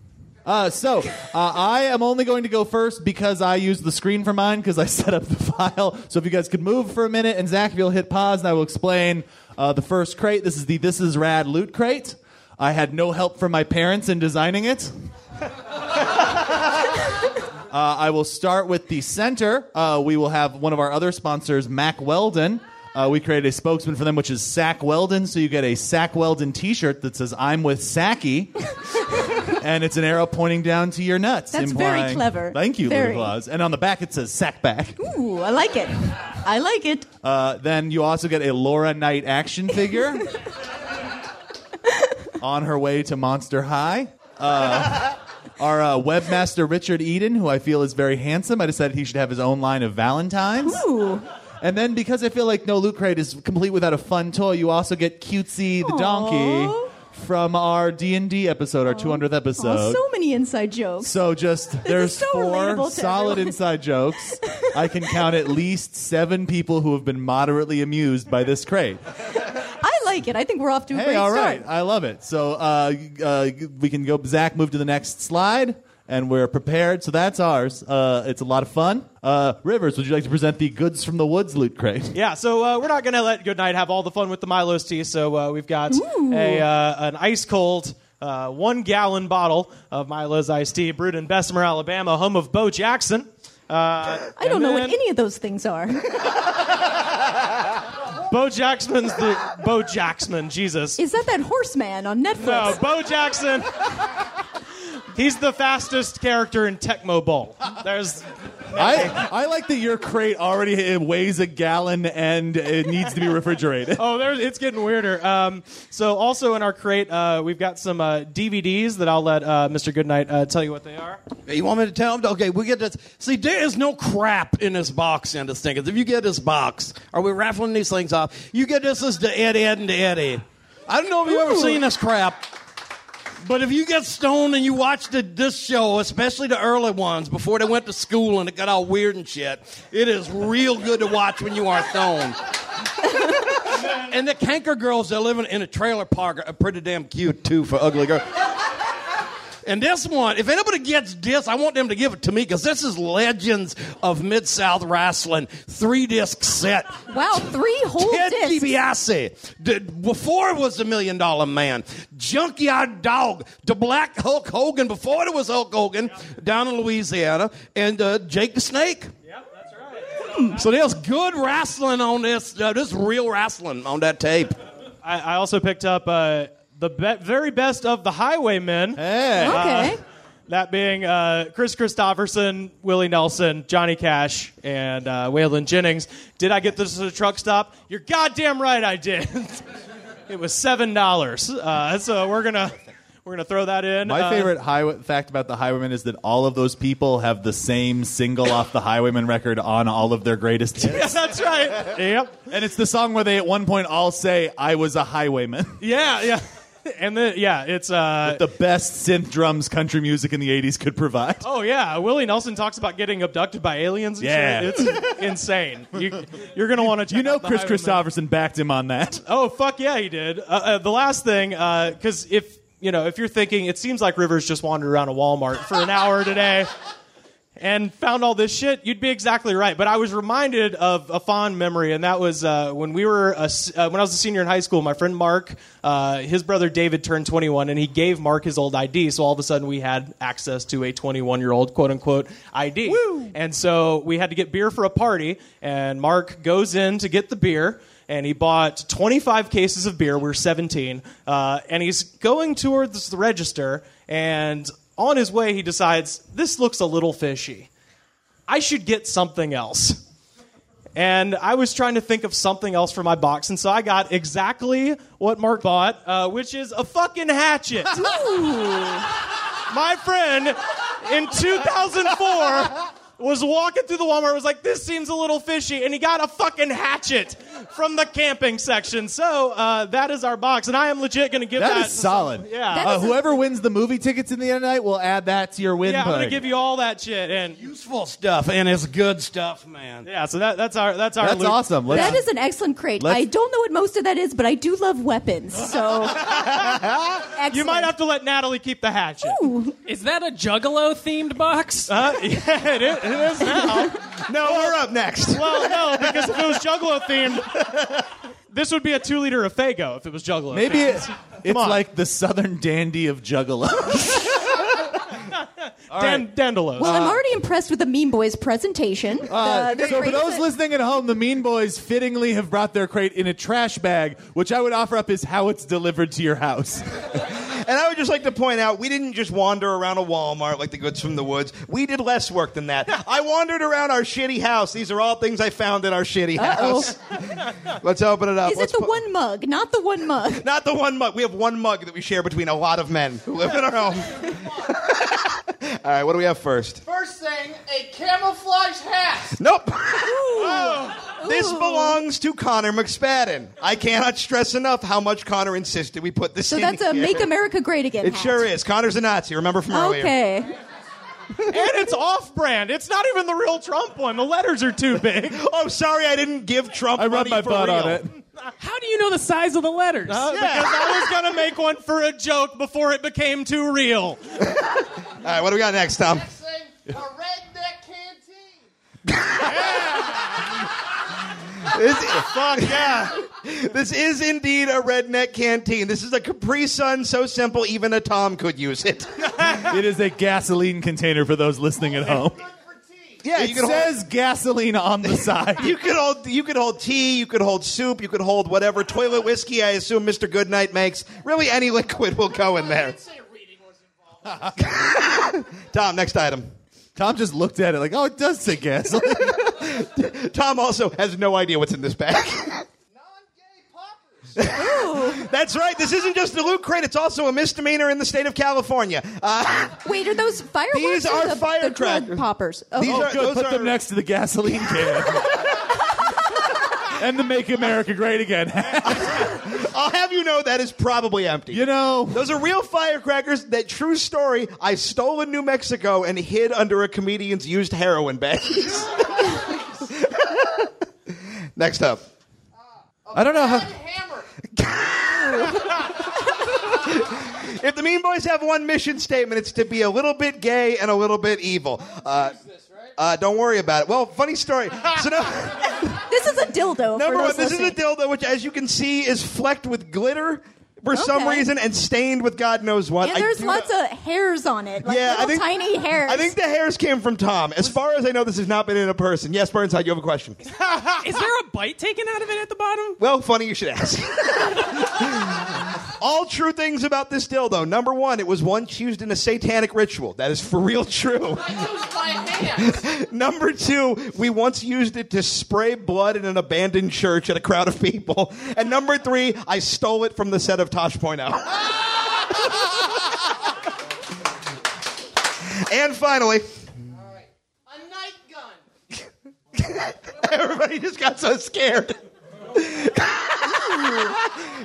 Uh, so uh, I am only going to go first because I used the screen for mine because I (laughs) set up the file. So if you guys could move for a minute, and Zach, if you'll hit pause, and I will explain uh, the first crate. This is the This Is Rad loot crate. I had no help from my parents in designing it. Uh, I will start with the center. Uh, we will have one of our other sponsors, Mac Weldon. Uh, we created a spokesman for them, which is Sack Weldon. So you get a Sack Weldon T-shirt that says "I'm with
(laughs)
Sacky," and it's an arrow pointing down to your nuts.
That's very
implying-
clever.
Thank you,
Very.
Little Claus. And on the back it says "Sack Back."
ooh, I like it. I like it.
Uh, then you also get a Laura Knight action figure on her way to Monster High. Uh, our uh, webmaster Richard Eden, who I feel is very handsome, I decided he should have his own line of Valentines.
Ooh.
And then because I feel like No Loot Crate is complete without a fun toy, you also get Cutesy the donkey from our D and D episode, our 200th episode.
Oh, so many inside jokes.
So just there's
so relatable
four
to
solid
everyone.
inside
(laughs)
jokes. I can count at least seven people who have been moderately amused by this crate.
I like it. I think we're off to a
Hey,
great
all
start.
right, I love it. So uh, uh, we can go. Zach, move to the next slide, and we're prepared. So that's ours. Uh, it's a lot of fun. Uh, Rivers, would you like to present the goods from the woods loot crate?
Yeah, so uh, we're not going to let Goodnight have all the fun with the Milo's tea. So uh, we've got a, uh, an ice cold. Uh, one gallon bottle of Milo's iced tea brewed in Bessemer, Alabama, home of Bo Jackson. Uh,
I don't know what any of those things
(laughs)
are.
Bo Jackson's the Bo Jackson. Jesus,
Is that that horseman on
no,
Netflix?
Bo Jackson. He's the fastest character in Tecmo Bowl. There's
I, I like that your crate already weighs a gallon and it needs to be refrigerated.
oh, there's, it's getting weirder. Um, so, also in our crate, uh, we've got some uh, DVDs that I'll let uh, Mr. Goodnight uh, tell you what they are.
You want me to tell him? Okay, we get this. See, there is no crap in this box in this thing. 'Cause If you get this box, are we raffling these things off? You get this is the Ed, Ed, and the Eddie. I don't know if you've ever
Ooh.
seen this crap, but if you get stoned and you watch the, this show, especially the early ones before they went to school and it got all weird and shit, it is real good to watch when you are stoned. (laughs) and the canker girls that live in, in a trailer park are pretty damn cute too for ugly girls. And this one, if anybody gets this, I want them to give it to me because this is Legends of Mid South Wrestling three disc set.
Wow, three whole
Ted
discs.
DiBiase, the, before it was the Million Dollar Man, Junkyard Dog, the Black Hulk Hogan, before it was Hulk Hogan, down in Louisiana, and uh, Jake the Snake. So there's good wrestling on this. Uh, this is real wrestling on that tape.
I, I also picked up uh, the be- very best of the Highwaymen.
Hey.
Okay.
Uh, that being uh, Chris Christopherson, Willie Nelson, Johnny Cash, and uh, Waylon Jennings. Did I get this at a truck stop? You're goddamn right, I did. (laughs) it was seven dollars. Uh, so we're gonna we're gonna throw that in.
My
Uh,
favorite highway, fact about the Highwaymen is that all of those people have the same single off the Highwaymen record on all of their greatest hits.
Yeah, (laughs) that's right. yep.
And it's the song where they at one point all say, I was a highwayman.
Yeah, yeah. And then yeah, it's uh,
the best synth drums country music in the 80s could provide.
Oh yeah, Willie Nelson talks about getting abducted by aliens. And
Yeah.
shit. it's insane. You, you're gonna want to.
You know Chris Christopherson backed him on that.
Oh fuck yeah, he did. Uh, uh, the last thing, because if you know, if you're thinking, it seems like Rivers just wandered around a Walmart for an hour today. And found all this shit, you'd be exactly right. But I was reminded of a fond memory, and that was uh, when we were a s uh, when I was a senior in high school. My friend Mark, uh, his brother David turned 21, and he gave Mark his old ID. So all of a sudden, we had access to a 21 year old quote unquote ID. And so we had to get beer for a party, and Mark goes in to get the beer and he bought 25 cases of beer. We are 17, uh, and he's going towards the register. And on his way, he decides this looks a little fishy. I should get something else. And I was trying to think of something else for my box, and so I got exactly what Mark bought, uh, which is a fucking hatchet. my friend in 2004 was walking through the Walmart was like this seems a little fishy and he got a fucking hatchet from the camping section so uh, that is our box and I am legit gonna give that,
That is
to
solid.
someone. yeah
Uh, whoever wins the movie tickets in the end of the night will add that to your win.
yeah I'm gonna
pug.
give you all that shit and
Useful stuff, and it's good stuff, man.
yeah so that, that's our that's our
That's
loot.
awesome. Let's,
That is an excellent crate.
Let's-
I don't know what most of that is, but I do love weapons.
(laughs)
So excellent.
you might have to let Natalie keep the hatchet
Ooh,
Is that a Juggalo themed box?
uh, (laughs) yeah it is, it is now
No, we're up next.
well no because if it was Juggalo themed this would be a two liter of Fago if it was Juggalo
maybe
themed.
it- it's like the Southern Dandy of Juggalo. (laughs)
Dan- Dandalos
well, I'm
uh,
already impressed with the Mean Boys presentation.
Uh,
The- the
so for
crate
those
that-
listening at home, the Mean Boys fittingly have brought their crate in a trash bag, which I would offer up is how it's delivered to your house. (laughs)
And I would just like to point out, we didn't just wander around a Walmart like the goods from the woods. We did less work than (laughs) that. I wandered around our shitty house. These are all things I found in our shitty
Uh-oh.
house. Let's open it up.
Is it
Let's
the
pu-
one mug? Not the
(laughs)
one mug.
Not the one mug. We have one mug that we share between a lot of men who live in our home. (laughs) all right, what do we have first?
First thing, a camouflage hat.
Nope. Oh. This belongs to Connor McSpadden. I cannot stress enough how much Connor insisted we put this
So
in
that's a
here.
Make America Great Again.
It
hat.
sure is. Connor's a Nazi. Remember from earlier.
Okay.
Uh, and it's off brand. It's not even the real Trump one. The letters are too big.
oh, sorry, I didn't give Trump.
I
rubbed money my for butt real. on it.
How do you know the size of the letters?
Uh, Because I was gonna make one for a joke before it became too real.
All right, what do we got next, Tom? This, (laughs) fuck yeah. This is indeed a redneck canteen. This is a Capri Sun so simple even a Tom could use it.
it is a gasoline container for those listening at home.
Yeah,
it
you can
says gasoline on the side.
(laughs) you could hold you could hold tea, you could hold soup, you could hold whatever toilet whiskey I assume Mr. Goodnight makes. Really any liquid will go in there. (laughs) Tom, next item.
Tom just looked at it like, oh, it does say gasoline.
Tom also has no idea what's in this bag. (laughs) That's right. This isn't just a loot crate; it's also a misdemeanor in the state of California. Uh,
Wait, are those fireworks?
These
or
are
the, the
firecrackers.
drug poppers. Oh,
These
oh,
are-
good.
those
Put them
are-
next to the gasoline can. and the Make America Great Again.
I'll have you know that is probably empty.
you know,
Those are real firecrackers. That true story. I stole in New Mexico and hid under a comedian's used heroin baggies. (laughs) Next up.
Uh, I don't know how.
(laughs) If the Mean Boys have one mission statement, it's to be a little bit gay and a little bit evil. Uh, uh, don't worry about it. Well, funny story. So no,
this is a dildo.
number
for
one,
those
this is a
listening.
dildo, which, as you can see, is flecked with glitter for some
Okay.
reason and stained with God knows what.
And
I
there's
do
lots
not-
of hairs on it. Like
Yeah, I
little
think-
tiny hairs.
I think the hairs came from Tom. As far as I know, this has not been in a person. Yes, Burnside, you have a question.
Is there a bite taken out of it at the bottom?
Well, funny you should ask. (laughs) All true things about this dildo. Number one, it was once used in a satanic ritual. That is for real true. (laughs) Number two, we once used it to spray blood in an abandoned church at a crowd of people. And number three, I stole it from the set of Tosh.0. (laughs) and finally, everybody just got so scared. (laughs)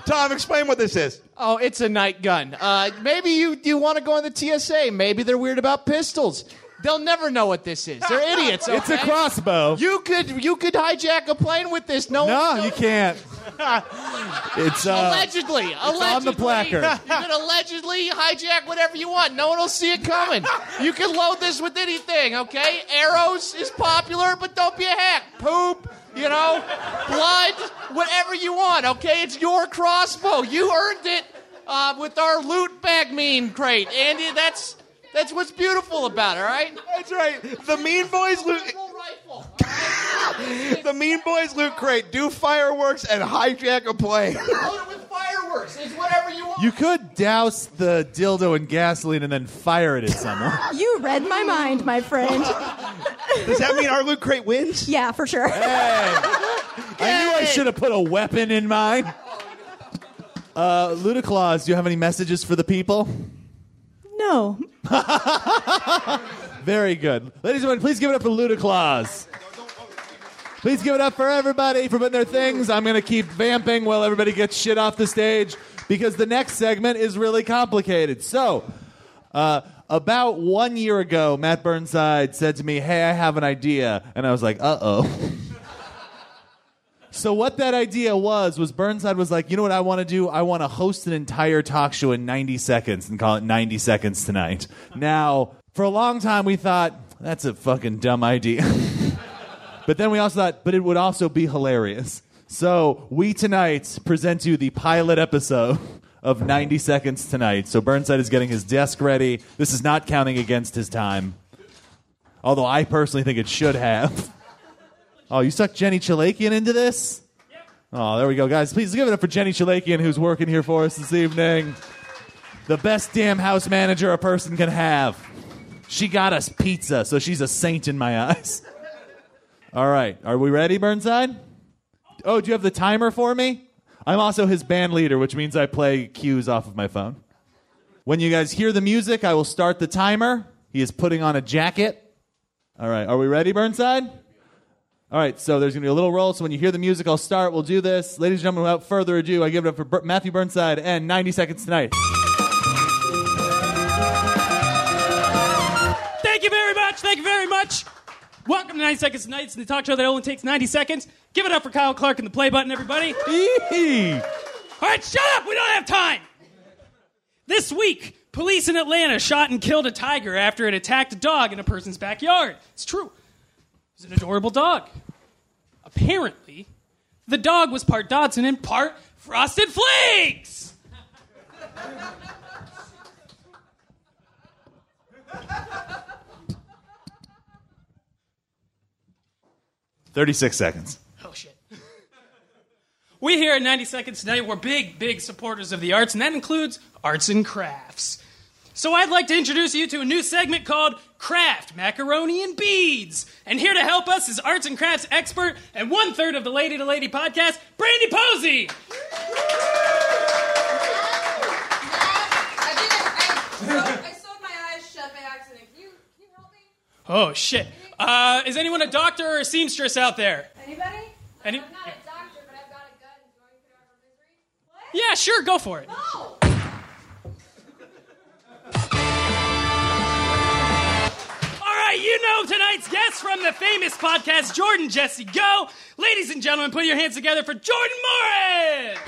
Tom, explain what this is.
Oh, it's a night gun. Uh, maybe you, you want to go on the TSA. Maybe they're weird about pistols. They'll never know what this is.
(laughs)
They're idiots.
it's a
okay?
crossbow.
You could you could hijack a plane with this. No,
no,
one-
you
(laughs)
can't. It's uh,
Allegedly, allegedly,
on the placard.
You can allegedly hijack whatever you want. No one will see it coming. You can load this with anything. Okay, arrows is popular, but don't be a hack. Poop, you know, blood, whatever you want. Okay, it's your crossbow. You earned it uh, with our loot bag meme crate, Andy. That's that's what's beautiful about it. All right.
That's right. The Mean Boys loot.
Rifle.
The Mean Boys loot crate. Do fireworks and hijack a plane.
Load it with fireworks. It's whatever you want.
You could douse the dildo in gasoline and then fire it at someone.
You read my mind,
(laughs)
my friend.
Does that mean our loot crate wins?
yeah, for
(laughs)
sure.
I knew I should have put a weapon in mine. Uh, Ludaclaus, do you have any messages for the people?
No.
Very good. Ladies and gentlemen, please give it up for Ludaclaus. Please give it up for everybody for putting their things. I'm going to keep vamping while everybody gets shit off the stage because the next segment is really complicated. So, uh, about one year ago, Matt Burnside said to me, Hey, I have an idea. And I was like, Uh oh. So what that idea was was Burnside was like, you know what I want to do? I want to host an entire talk show in 90 seconds and call it 90 seconds tonight. Now, for a long time we thought that's a fucking dumb idea. (laughs) but then we also thought, but it would also be hilarious. So we tonight present you the pilot episode of 90 seconds tonight. So Burnside is getting his desk ready. This is not counting against his time. Although I personally think it should have. Oh, you sucked Jenny Chalakian into this? Oh, there we go, guys. Please give it up for Jenny Chalakian, who's working here for us this evening. The best damn house manager a person can have. She got us pizza, so she's a saint in my eyes. (laughs) All right, are we ready, Burnside? Oh, do you have the timer for me? I'm also his band leader, which means I play cues off of my phone. When you guys hear the music, I will start the timer. He is putting on a jacket. All right, are we ready, Burnside? All right, so there's going to be a little roll. So when you hear the music, I'll start. We'll do this. Ladies and gentlemen, without further ado, I give it up for Bur- Matthew Burnside and 90 Seconds Tonight.
Thank you very much. Thank you very much. Welcome to 90 Seconds Nights, the talk show that only takes 90 seconds. Give it up for Kyle Clark and the play button, everybody. All right, shut up. We don't have time. This week, police in Atlanta shot and killed a tiger after it attacked a dog in a person's backyard. It's true. It was an adorable dog. Apparently, the dog was part Dodson and part Frosted Flakes.
Thirty-six seconds.
Oh, shit. (laughs) We here at 90 Seconds Tonight, we're big, big supporters of the arts, and that includes arts and crafts. So I'd like to introduce you to a new segment called Craft Macaroni and Beads. And here to help us is arts and crafts expert and one third of the Lady to Lady podcast, Brandy Posey.
I sewed my eyes shut by accident. Can you, can you help me?
Oh shit! Uh, is anyone a doctor or a seamstress out there?
Anybody?
Any-
I'm not a doctor, but I've got a gun. Do you want me to put it out for misery?
Yeah, sure, go for it.
No!
All right, you know tonight's guest from the famous podcast, Jordan Jesse Go. Ladies and gentlemen, put your hands together for Jordan Morris.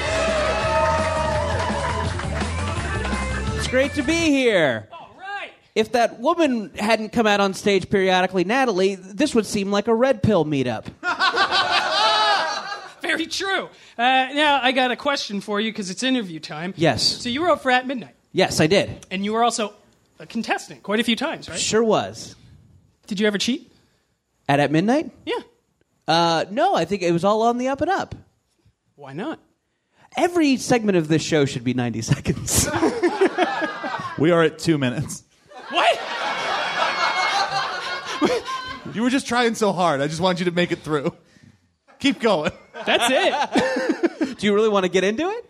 It's great to be here. If that woman hadn't come out on stage periodically, Natalie, this would seem like a red pill meetup.
(laughs) Very true. Uh, now I got a question for you because it's interview time.
Yes.
So you wrote for At Midnight,
Yes, I did.
and you were also a contestant quite a few times, right?
Sure was.
Did you ever cheat?
At at midnight?
Yeah.
Uh, no, I think it was all on the up and up.
Why not?
Every segment of this show should be 90
(laughs)
seconds.
We are at two minutes.
What?
you were just trying so hard. I just wanted you to make it through. Keep going.
That's it.
Do you really want to get into it?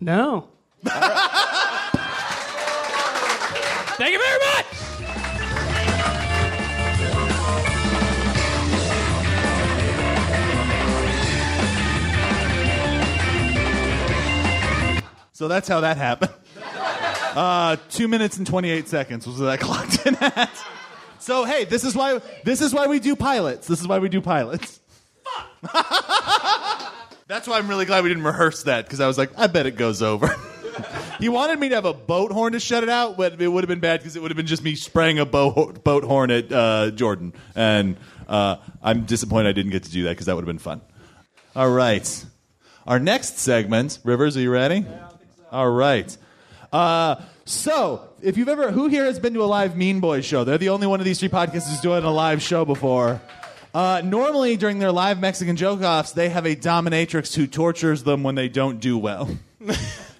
No. Thank you very much.
So that's how that happened. (laughs) Uh, two minutes and twenty-eight seconds was what I clocked in at. So hey, this is why this is why we do pilots. This is why we do pilots. (laughs) that's why I'm really glad we didn't rehearse that because I was like, I bet it goes over. (laughs) he wanted me to have a boat horn to shut it out, but it would have been bad because it would have been just me spraying a bo- boat horn at uh, Jordan, and uh, I'm disappointed I didn't get to do that because that would have been fun. All right. Our next segment, Rivers, are you ready? All right. Uh, so, if you've ever, who here has been to a live Mean Boys show? They're the only one of these three podcasts who's doing a live show before. Uh, normally, during their live Mexican joke offs, they have a dominatrix who tortures them when they don't do well. (laughs)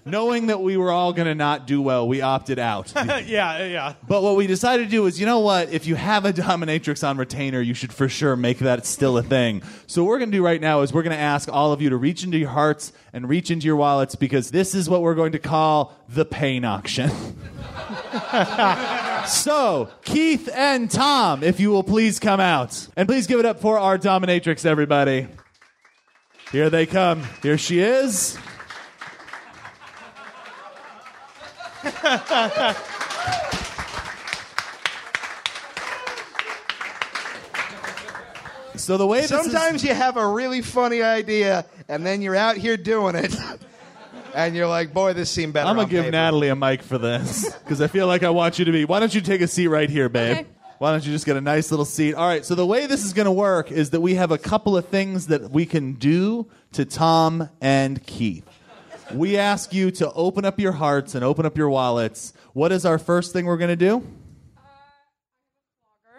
Knowing that we were all going to not do well, we opted out.
yeah, yeah.
But what we decided to do is, you know what? If you have a dominatrix on retainer, you should for sure make that still a thing. So what we're going to do right now is we're going to ask all of you to reach into your hearts and reach into your wallets because this is what we're going to call the pain auction. (laughs) so, Keith and Tom, if you will please come out. And please give it up for our dominatrix everybody. Here they come. Here she is. (laughs) So the way
sometimes you have a really funny idea and then you're out here doing it, (laughs) and you're like, boy, this seemed better.
I'm
on
gonna give
paper.
Natalie a mic for
(laughs)
this because I feel like I want you to be. Why don't you take a seat right here, babe? Why don't you just get a nice little seat? All right. So the way this is gonna work is that we have a couple of things that we can do to Tom and Keith. We ask you to open up your hearts and open up your wallets. What is our first thing we're gonna do?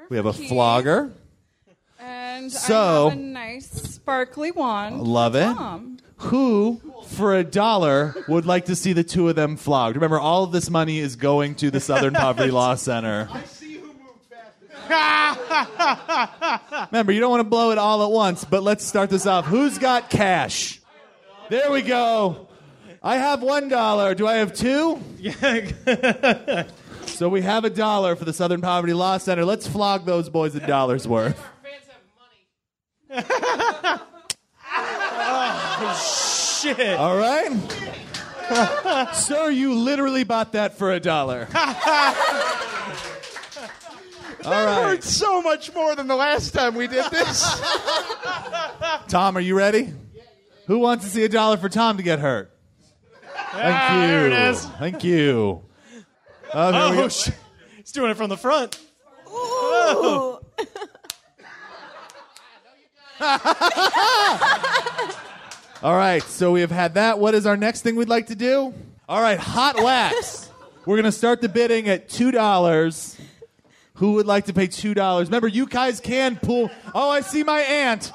We have a
Keith.
flogger.
And
So-
I have a nice sparkly wand.
Love
for
it.
Tom.
Who, for a dollar, would like to see the two of them flogged? Remember, all of this money is going to the Southern Poverty Law Center. Remember, you don't want to blow it all at once, but let's start this off. Who's got cash? There we go. I have one dollar. Do I have two? Yeah. so we have a dollar for the Southern Poverty Law Center. Let's flog those boys a dollar's worth.
oh, shit.
All right. (laughs) Sir, you literally bought that for a
(laughs)
dollar. All right.
so much more than the last time we did (laughs) this.
Tom, are you ready? Who wants to see a dollar for Tom to get hurt? Thank you.
Ah, there it is.
Thank you. Oh, there we
Oh,
go.
shit. He's doing it from the front.
Ooh.
All right, so we have had that. What is our next thing we'd like to do? All right, hot
(laughs)
wax. We're going to start the bidding at $2. Who would like to pay $2? Remember, you guys can pull. Oh, I see my aunt.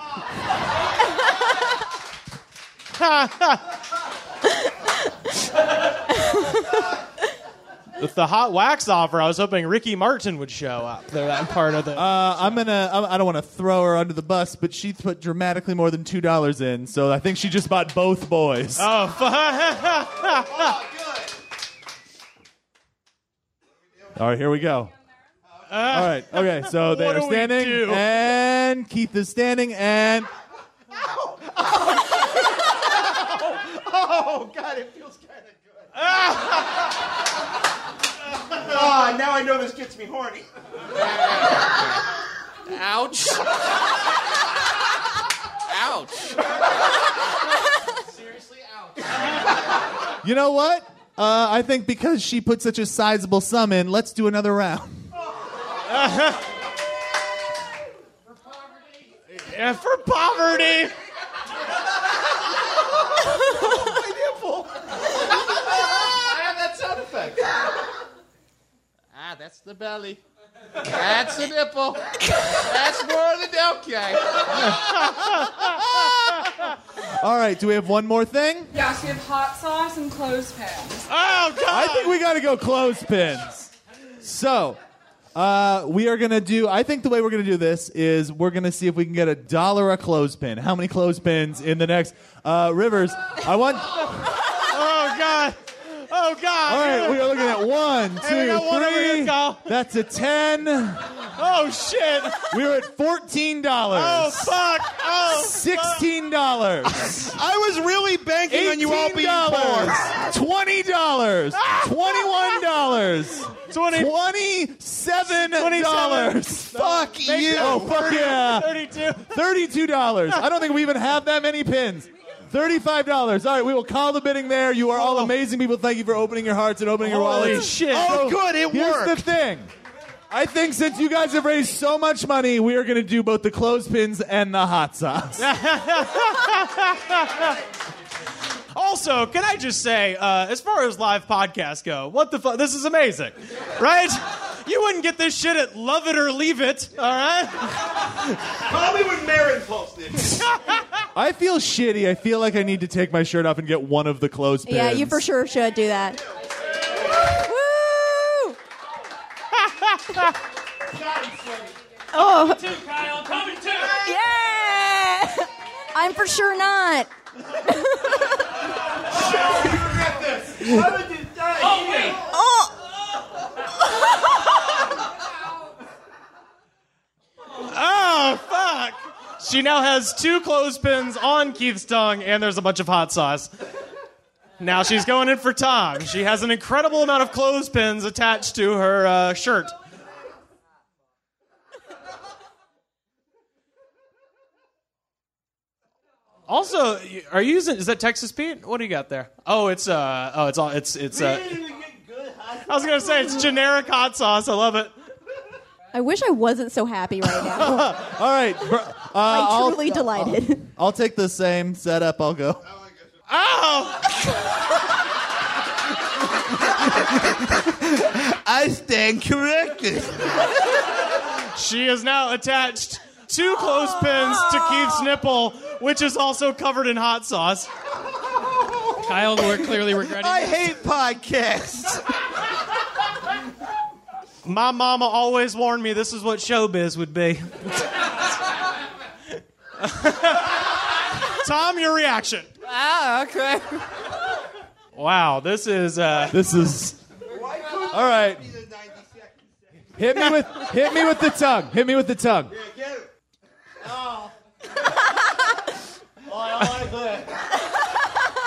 With the hot wax offer, I was hoping Ricky Martin would show up. There, that part of the.
Uh, I'm gonna. I'm- I don't want to throw her under the bus, but she put dramatically more than two dollars in, so I think she just bought both boys.
Oh, fuck. (laughs)
All right, here we go. All right, okay. So they
Uh. (laughs) What
are
do we
standing,
do?
and Keith is standing, and
oh, God, it feels kind of good. Ah, now I know this gets me horny.
Ouch. Ouch.
you know what? Uh, I think because she put such a sizable sum in, let's do another round.
Yeah, for poverty.
My nipple. I have that sound effect.
Ah, that's the belly. That's the nipple. That's more than okay.
All right, do we have one more thing?
Yes, we have hot sauce and clothespins.
Oh,
I think we got to go clothespins. So, uh, we are going to do, I think the way we're going to do this is we're going to see if we can get a dollar a clothespin. How many clothespins in the next? Uh, Rivers, I want.
Oh, God. Oh, God.
All right, we are looking at one,
Hey, we
two,
got one over here,
three.
Kyle.
That's a 10.
Oh, shit.
We are at $14.
Oh, fuck. Oh,
$16.
I was really banking on you all being
$18,
poor.
$20,
Ah!
$21,
Twenty-
$27.
Fuck you.
Oh, fuck yeah.
32.
$32. I don't think we even have that many pins. $35. All right, we will call the bidding there. You are all amazing people. Thank you for opening your hearts and opening your
Holy
wallets.
shit.
Oh, good, it
Here's
worked.
the thing. I think since you guys have raised so much money, we are going to do both the clothespins and the hot sauce.
also, can I just say, uh, as far as live podcasts go, what the fuck? This is amazing, right? You wouldn't get this shit at Love It or Leave It, all right?
Probably when Marin posted.
I feel shitty. I feel like I need to take my shirt off and get one of the clothespins.
Yeah, you for sure should do that. Woo! oh.
Two, Kyle. Coming two.
Yeah! I'm for sure not.
Oh, wait.
Oh, fuck. She now has two clothespins on Keith's tongue, and there's a bunch of hot sauce. Now she's going in for Tom. She has an incredible amount of clothespins attached to her uh, shirt. Also, y- are you using? Is that Texas Pete? What do you got there? Oh, it's uh, oh, it's all, it's it's. Uh, I was gonna say it's generic hot sauce. I love it.
I wish I wasn't so happy right now.
All right. br- uh,
I'm
I'll-
truly delighted.
I'll take the same setup. I'll go.
Oh,
I stand corrected.
She is now attached two clothespins to Keith's nipple, which is also covered in hot sauce.
Kyle, we're clearly regretting.
I hate podcasts.
(laughs)
My mama always warned me this is what showbiz would be. (laughs) Tom, your reaction.
Ah, okay.
Wow, this is uh
This is all right. Hit me with hit me with the tongue. Hit me with the tongue.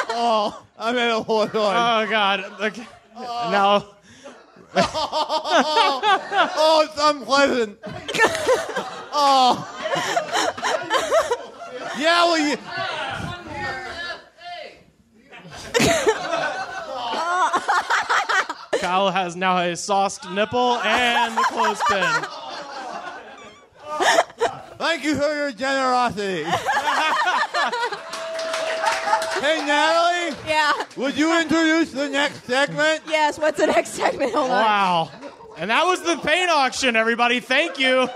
oh, I'm in a hold on.
Oh God. Okay. Now.
oh, oh, it's (laughs) unpleasant. oh. Yeah, well, you,
Kyle has now a sauced nipple and the clothespin.
thank you for your generosity. (laughs) hey, Natalie,
Yeah.
would you introduce the next segment?
Yes. What's the next segment? Hold on.
Wow. And that was the paint auction, everybody. Thank you.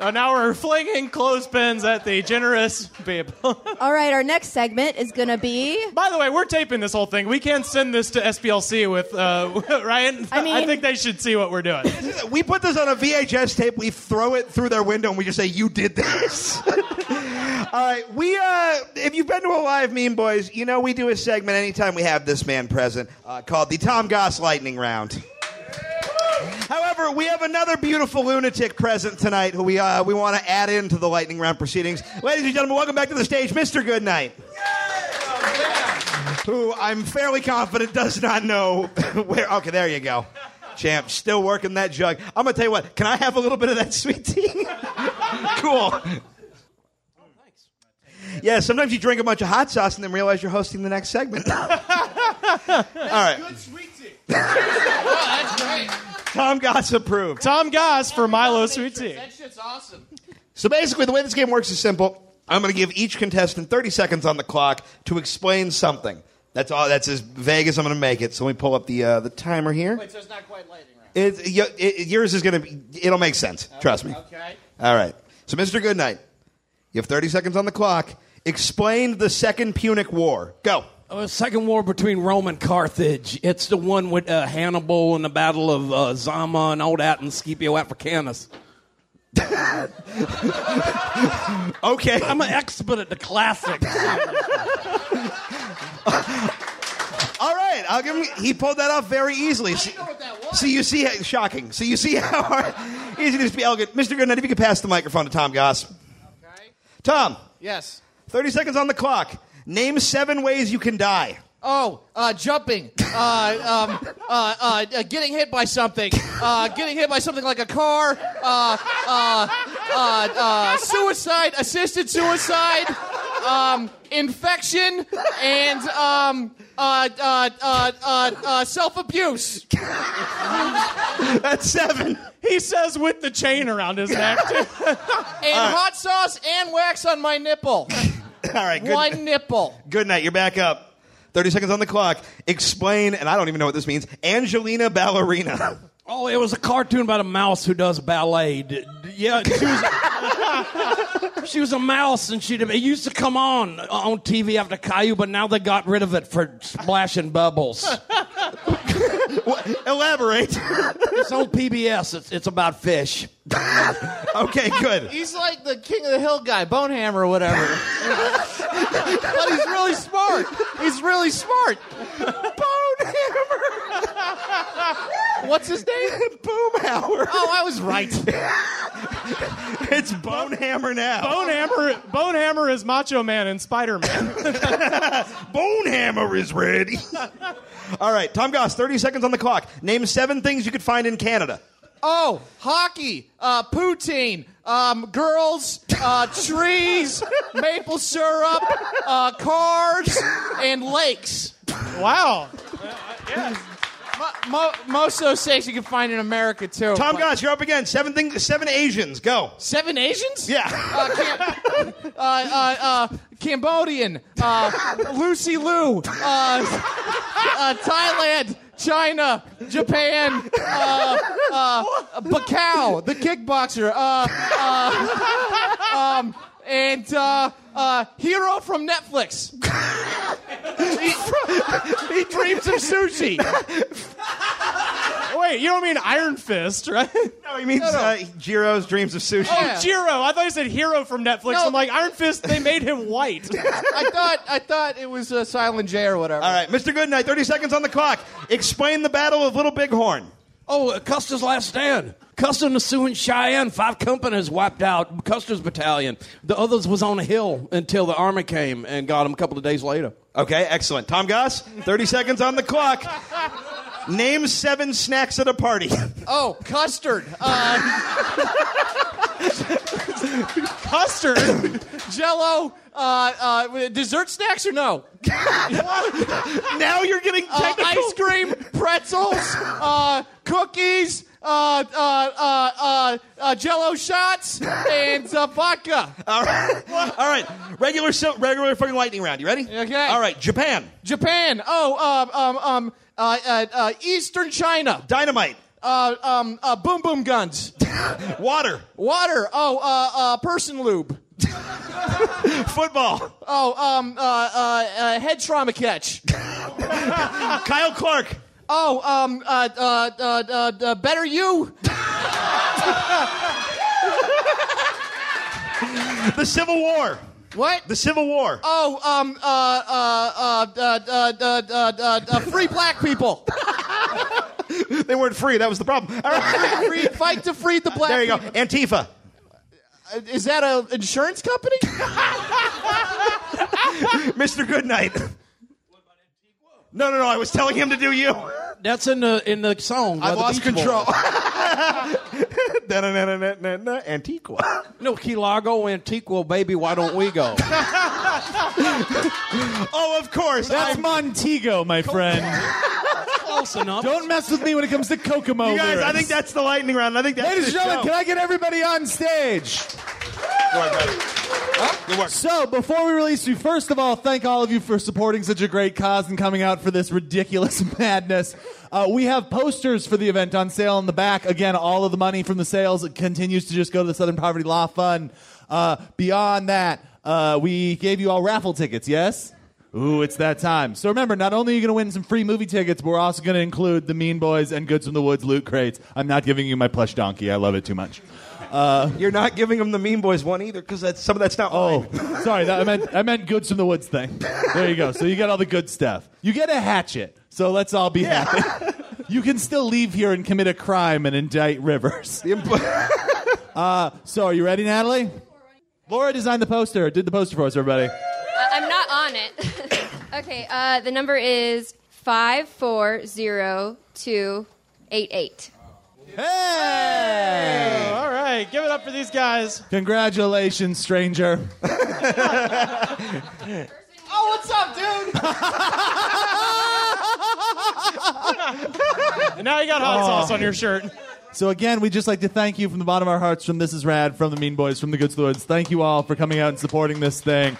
Uh, now we're flinging clothespins at the generous (laughs) people.
All right. Our next segment is gonna be.
By the way, we're taping this whole thing. We can't send this to SPLC with uh, (laughs) Ryan. I,
mean-
think they should see what we're doing.
We put this on a VHS tape. We throw it through their window, and we just say, "You did this." (laughs) All right, we. Uh, if you've been to a live Mean Boys, you know we do a segment anytime we have this man present uh, called the Tom Goss Lightning Round. However, we have another beautiful lunatic present tonight who we uh, we want to add into the lightning round proceedings. Ladies and gentlemen, welcome back to the stage, Mr. Goodnight. Who I'm fairly confident does not know (laughs) where. Okay, there you go. Champ, still working that jug. I'm gonna tell you what. Can I have a little bit of that sweet tea? (laughs) cool. Yeah, sometimes you drink a bunch of hot sauce and then realize you're hosting the next segment. All right,
Good sweet
(laughs)
tea.
that's great.
Tom Goss approved.
Tom Goss for Milo Sweet Tea.
That shit's awesome.
So basically, the way this game works is simple. I'm going to give each contestant 30 seconds on the clock to explain something. That's all. That's as vague as I'm going to make it. So let me pull up the uh, the timer here.
so it's not quite lightning round.
It, y- it- yours is going to be. It'll make sense. Trust me.
Okay.
All right. So, Mr. Goodnight, you have 30 seconds on the clock. Explain the Second Punic War. Go.
Uh, second war between Rome and Carthage. It's the one with uh, Hannibal and the Battle of uh, Zama and all that, and Scipio Africanus.
okay,
I'm an expert at the classics.
All right. I'll give him. He pulled that off very easily. See, so you see, shocking. So you see how hard, easy it is to be elegant. Mr. Goodnight, if you could pass the microphone to Tom Goss. Okay. Tom,
Yes.
30 seconds on the clock. Name seven ways you can die.
Oh, uh, jumping, uh, um, uh, uh, uh, getting hit by something, uh, getting hit by something like a car, uh, uh, uh, uh, suicide, assisted suicide, um, infection, and um, uh, uh, uh, uh, uh, self abuse.
That's seven.
He says with the chain around his neck. (laughs)
And
Uh.
hot sauce and wax on my
(laughs)
nipple.
All right. Good.
One nipple.
Good night. You're back up. 30 seconds on the clock. Explain, and I don't even know what this means Angelina Ballerina.
oh, it was a cartoon about a mouse who does ballet. D- d- Yeah, she was, she was a mouse, and she it used to come on uh, on TV after Caillou, but now they got rid of it for splashing bubbles.
(laughs) Elaborate.
It's on PBS. It's, it's about fish.
okay, (laughs) good.
He's like the king of the hill guy, Bonehammer or whatever. but he's really smart. He's really smart. What's his name?
Boomhauer.
Oh, I was right.
It's Bonehammer now.
Bonehammer, Bonehammer is Macho Man and Spider Man.
Bonehammer is ready. (laughs) All right, Tom Goss, 30 seconds on the clock. Name seven things you could find in Canada.
Oh, hockey, uh, poutine, um, girls, uh, trees, maple syrup, uh, cars, and lakes.
Wow.
Mo- mo- most of those things you can find in America too.
Tom
But-
Goss, you're up again. Seven things, seven Asians. Go.
Seven Asians?
Yeah.
Uh, Cam- uh, uh, uh, Cambodian, uh, Lucy Liu, uh, uh, Thailand, China, Japan, uh, uh, Bacau, the kickboxer, uh, uh, um, and uh, uh, Hero from Netflix. he, he dreams of sushi.
Wait, you don't mean Iron Fist, right?
No, he means
no.
uh, Jiro's dreams of sushi.
Oh,
Yeah.
Jiro. I thought you said hero from Netflix.
No.
I'm like, Iron Fist, they made him white.
I thought I thought it was uh, Silent J or whatever.
All right, Mr. Goodnight, 30 seconds on the clock. Explain the Battle of Little Bighorn.
Oh, uh, Custer's last stand. Custer Nassau and Cheyenne, five companies wiped out. Custer's battalion. The others was on a hill until the army came and got them a couple of days later.
Okay, excellent. Tom Goss, 30 seconds on the (laughs) clock. Name seven snacks at a party. (laughs)
Oh, custard. Uh,
custard,
Jello, uh, uh, dessert snacks or no?
now you're getting
technical. Uh, ice cream, (laughs) pretzels, uh, cookies, uh, uh, uh, uh, uh, Jello shots, and uh, vodka.
All right. All right. Regular, sil- regular fucking lightning round. You ready?
Okay.
All right. Japan.
Japan. Oh, um, um, um, uh, uh, uh, Eastern China.
Dynamite.
Uh, um, uh, boom boom guns.
Water.
Water. Oh, uh, uh, person lube.
Football.
Oh, um, uh, uh, uh, head trauma catch.
Kyle Clark.
Oh, um, uh, uh, uh, uh, uh better you.
The Civil War.
What?
The Civil War.
Oh, um, uh, uh, uh, uh, uh, uh, uh, uh, uh free black people.
They weren't free. That was the problem. All right.
Free, fight to free the black
There you (laughs) go.
people.
Antifa.
Is that a insurance
(laughs)
company?
Mr. Goodnight. No, no, no. I was telling him to do you.
That's in the in the song. by
I
the
lost
Beach Boys.
control. Da-na-na-na-na-na-na. Antiqua.
No, Key Largo, Antiqua, baby, why don't we go?
Oh, of
(laughs)
course.
That's
I'm-
Montego, my friend.
Close enough.
Don't mess with me when it comes to Kokomo.
You guys, I think
lyrics.
that's the lightning round. I think that's
Ladies and
the
gentlemen,
show.
can I get everybody on stage?
Good work, brother. Good work.
So, before we release you, first of all, thank all of you for supporting such a great cause and coming out for this ridiculous (laughs) madness. Uh, we have posters for the event on sale in the back. Again, all of the money from the sales continues to just go to the Southern Poverty Law Fund. Uh, beyond that, uh, we gave you all raffle tickets, yes? Ooh, it's that time. So remember, not only are you going to win some free movie tickets, but we're also going to include the Mean Boys and Goods from the Woods loot crates. I'm not giving you my plush donkey. I love it too much.
You're not giving them the Mean Boys one either because that's some of that's not.
Oh,
mine.
sorry. That, I meant I meant goods from the woods thing. There you go. So you get all the good stuff. You get a hatchet. So let's all be happy. You can still leave here and commit a crime and indict Rivers. Uh,
The imp-
(laughs) So are you ready, Natalie? Laura designed the poster. Did the poster for us, everybody?
Uh, I'm not on it. (laughs) okay, uh, the number is 540288.
Hey!
All right, give it up for these guys.
Congratulations, stranger.
oh, what's up, dude?
And now you got hot sauce on your shirt.
So again, we'd just like to thank you from the bottom of our hearts, from This Is Rad, from the Mean Boys, from the Goods Lords. Thank you all for coming out and supporting this thing.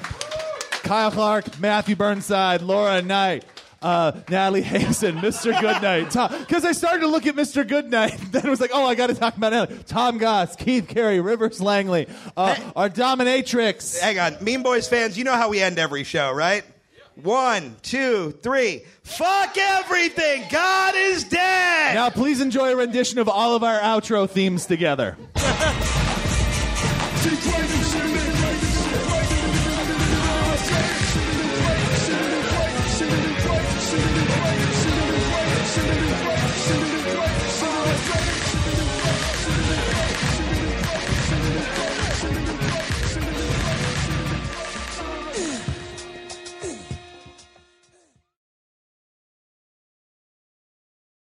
Kyle Clark, Matthew Burnside, Laura Knight, uh, Natalie Hazen, Mr. Goodnight. Because I started to look at Mr. Goodnight, (laughs) then it was like, oh, I got to talk about Natalie. Tom Goss, Keith Carey, Rivers Langley, uh, our dominatrix.
Hang on, Mean Boys fans, you know how we end every show, right? One, two, three. Fuck everything. God is dead.
Now, please enjoy a rendition of all of our outro themes together.
She tried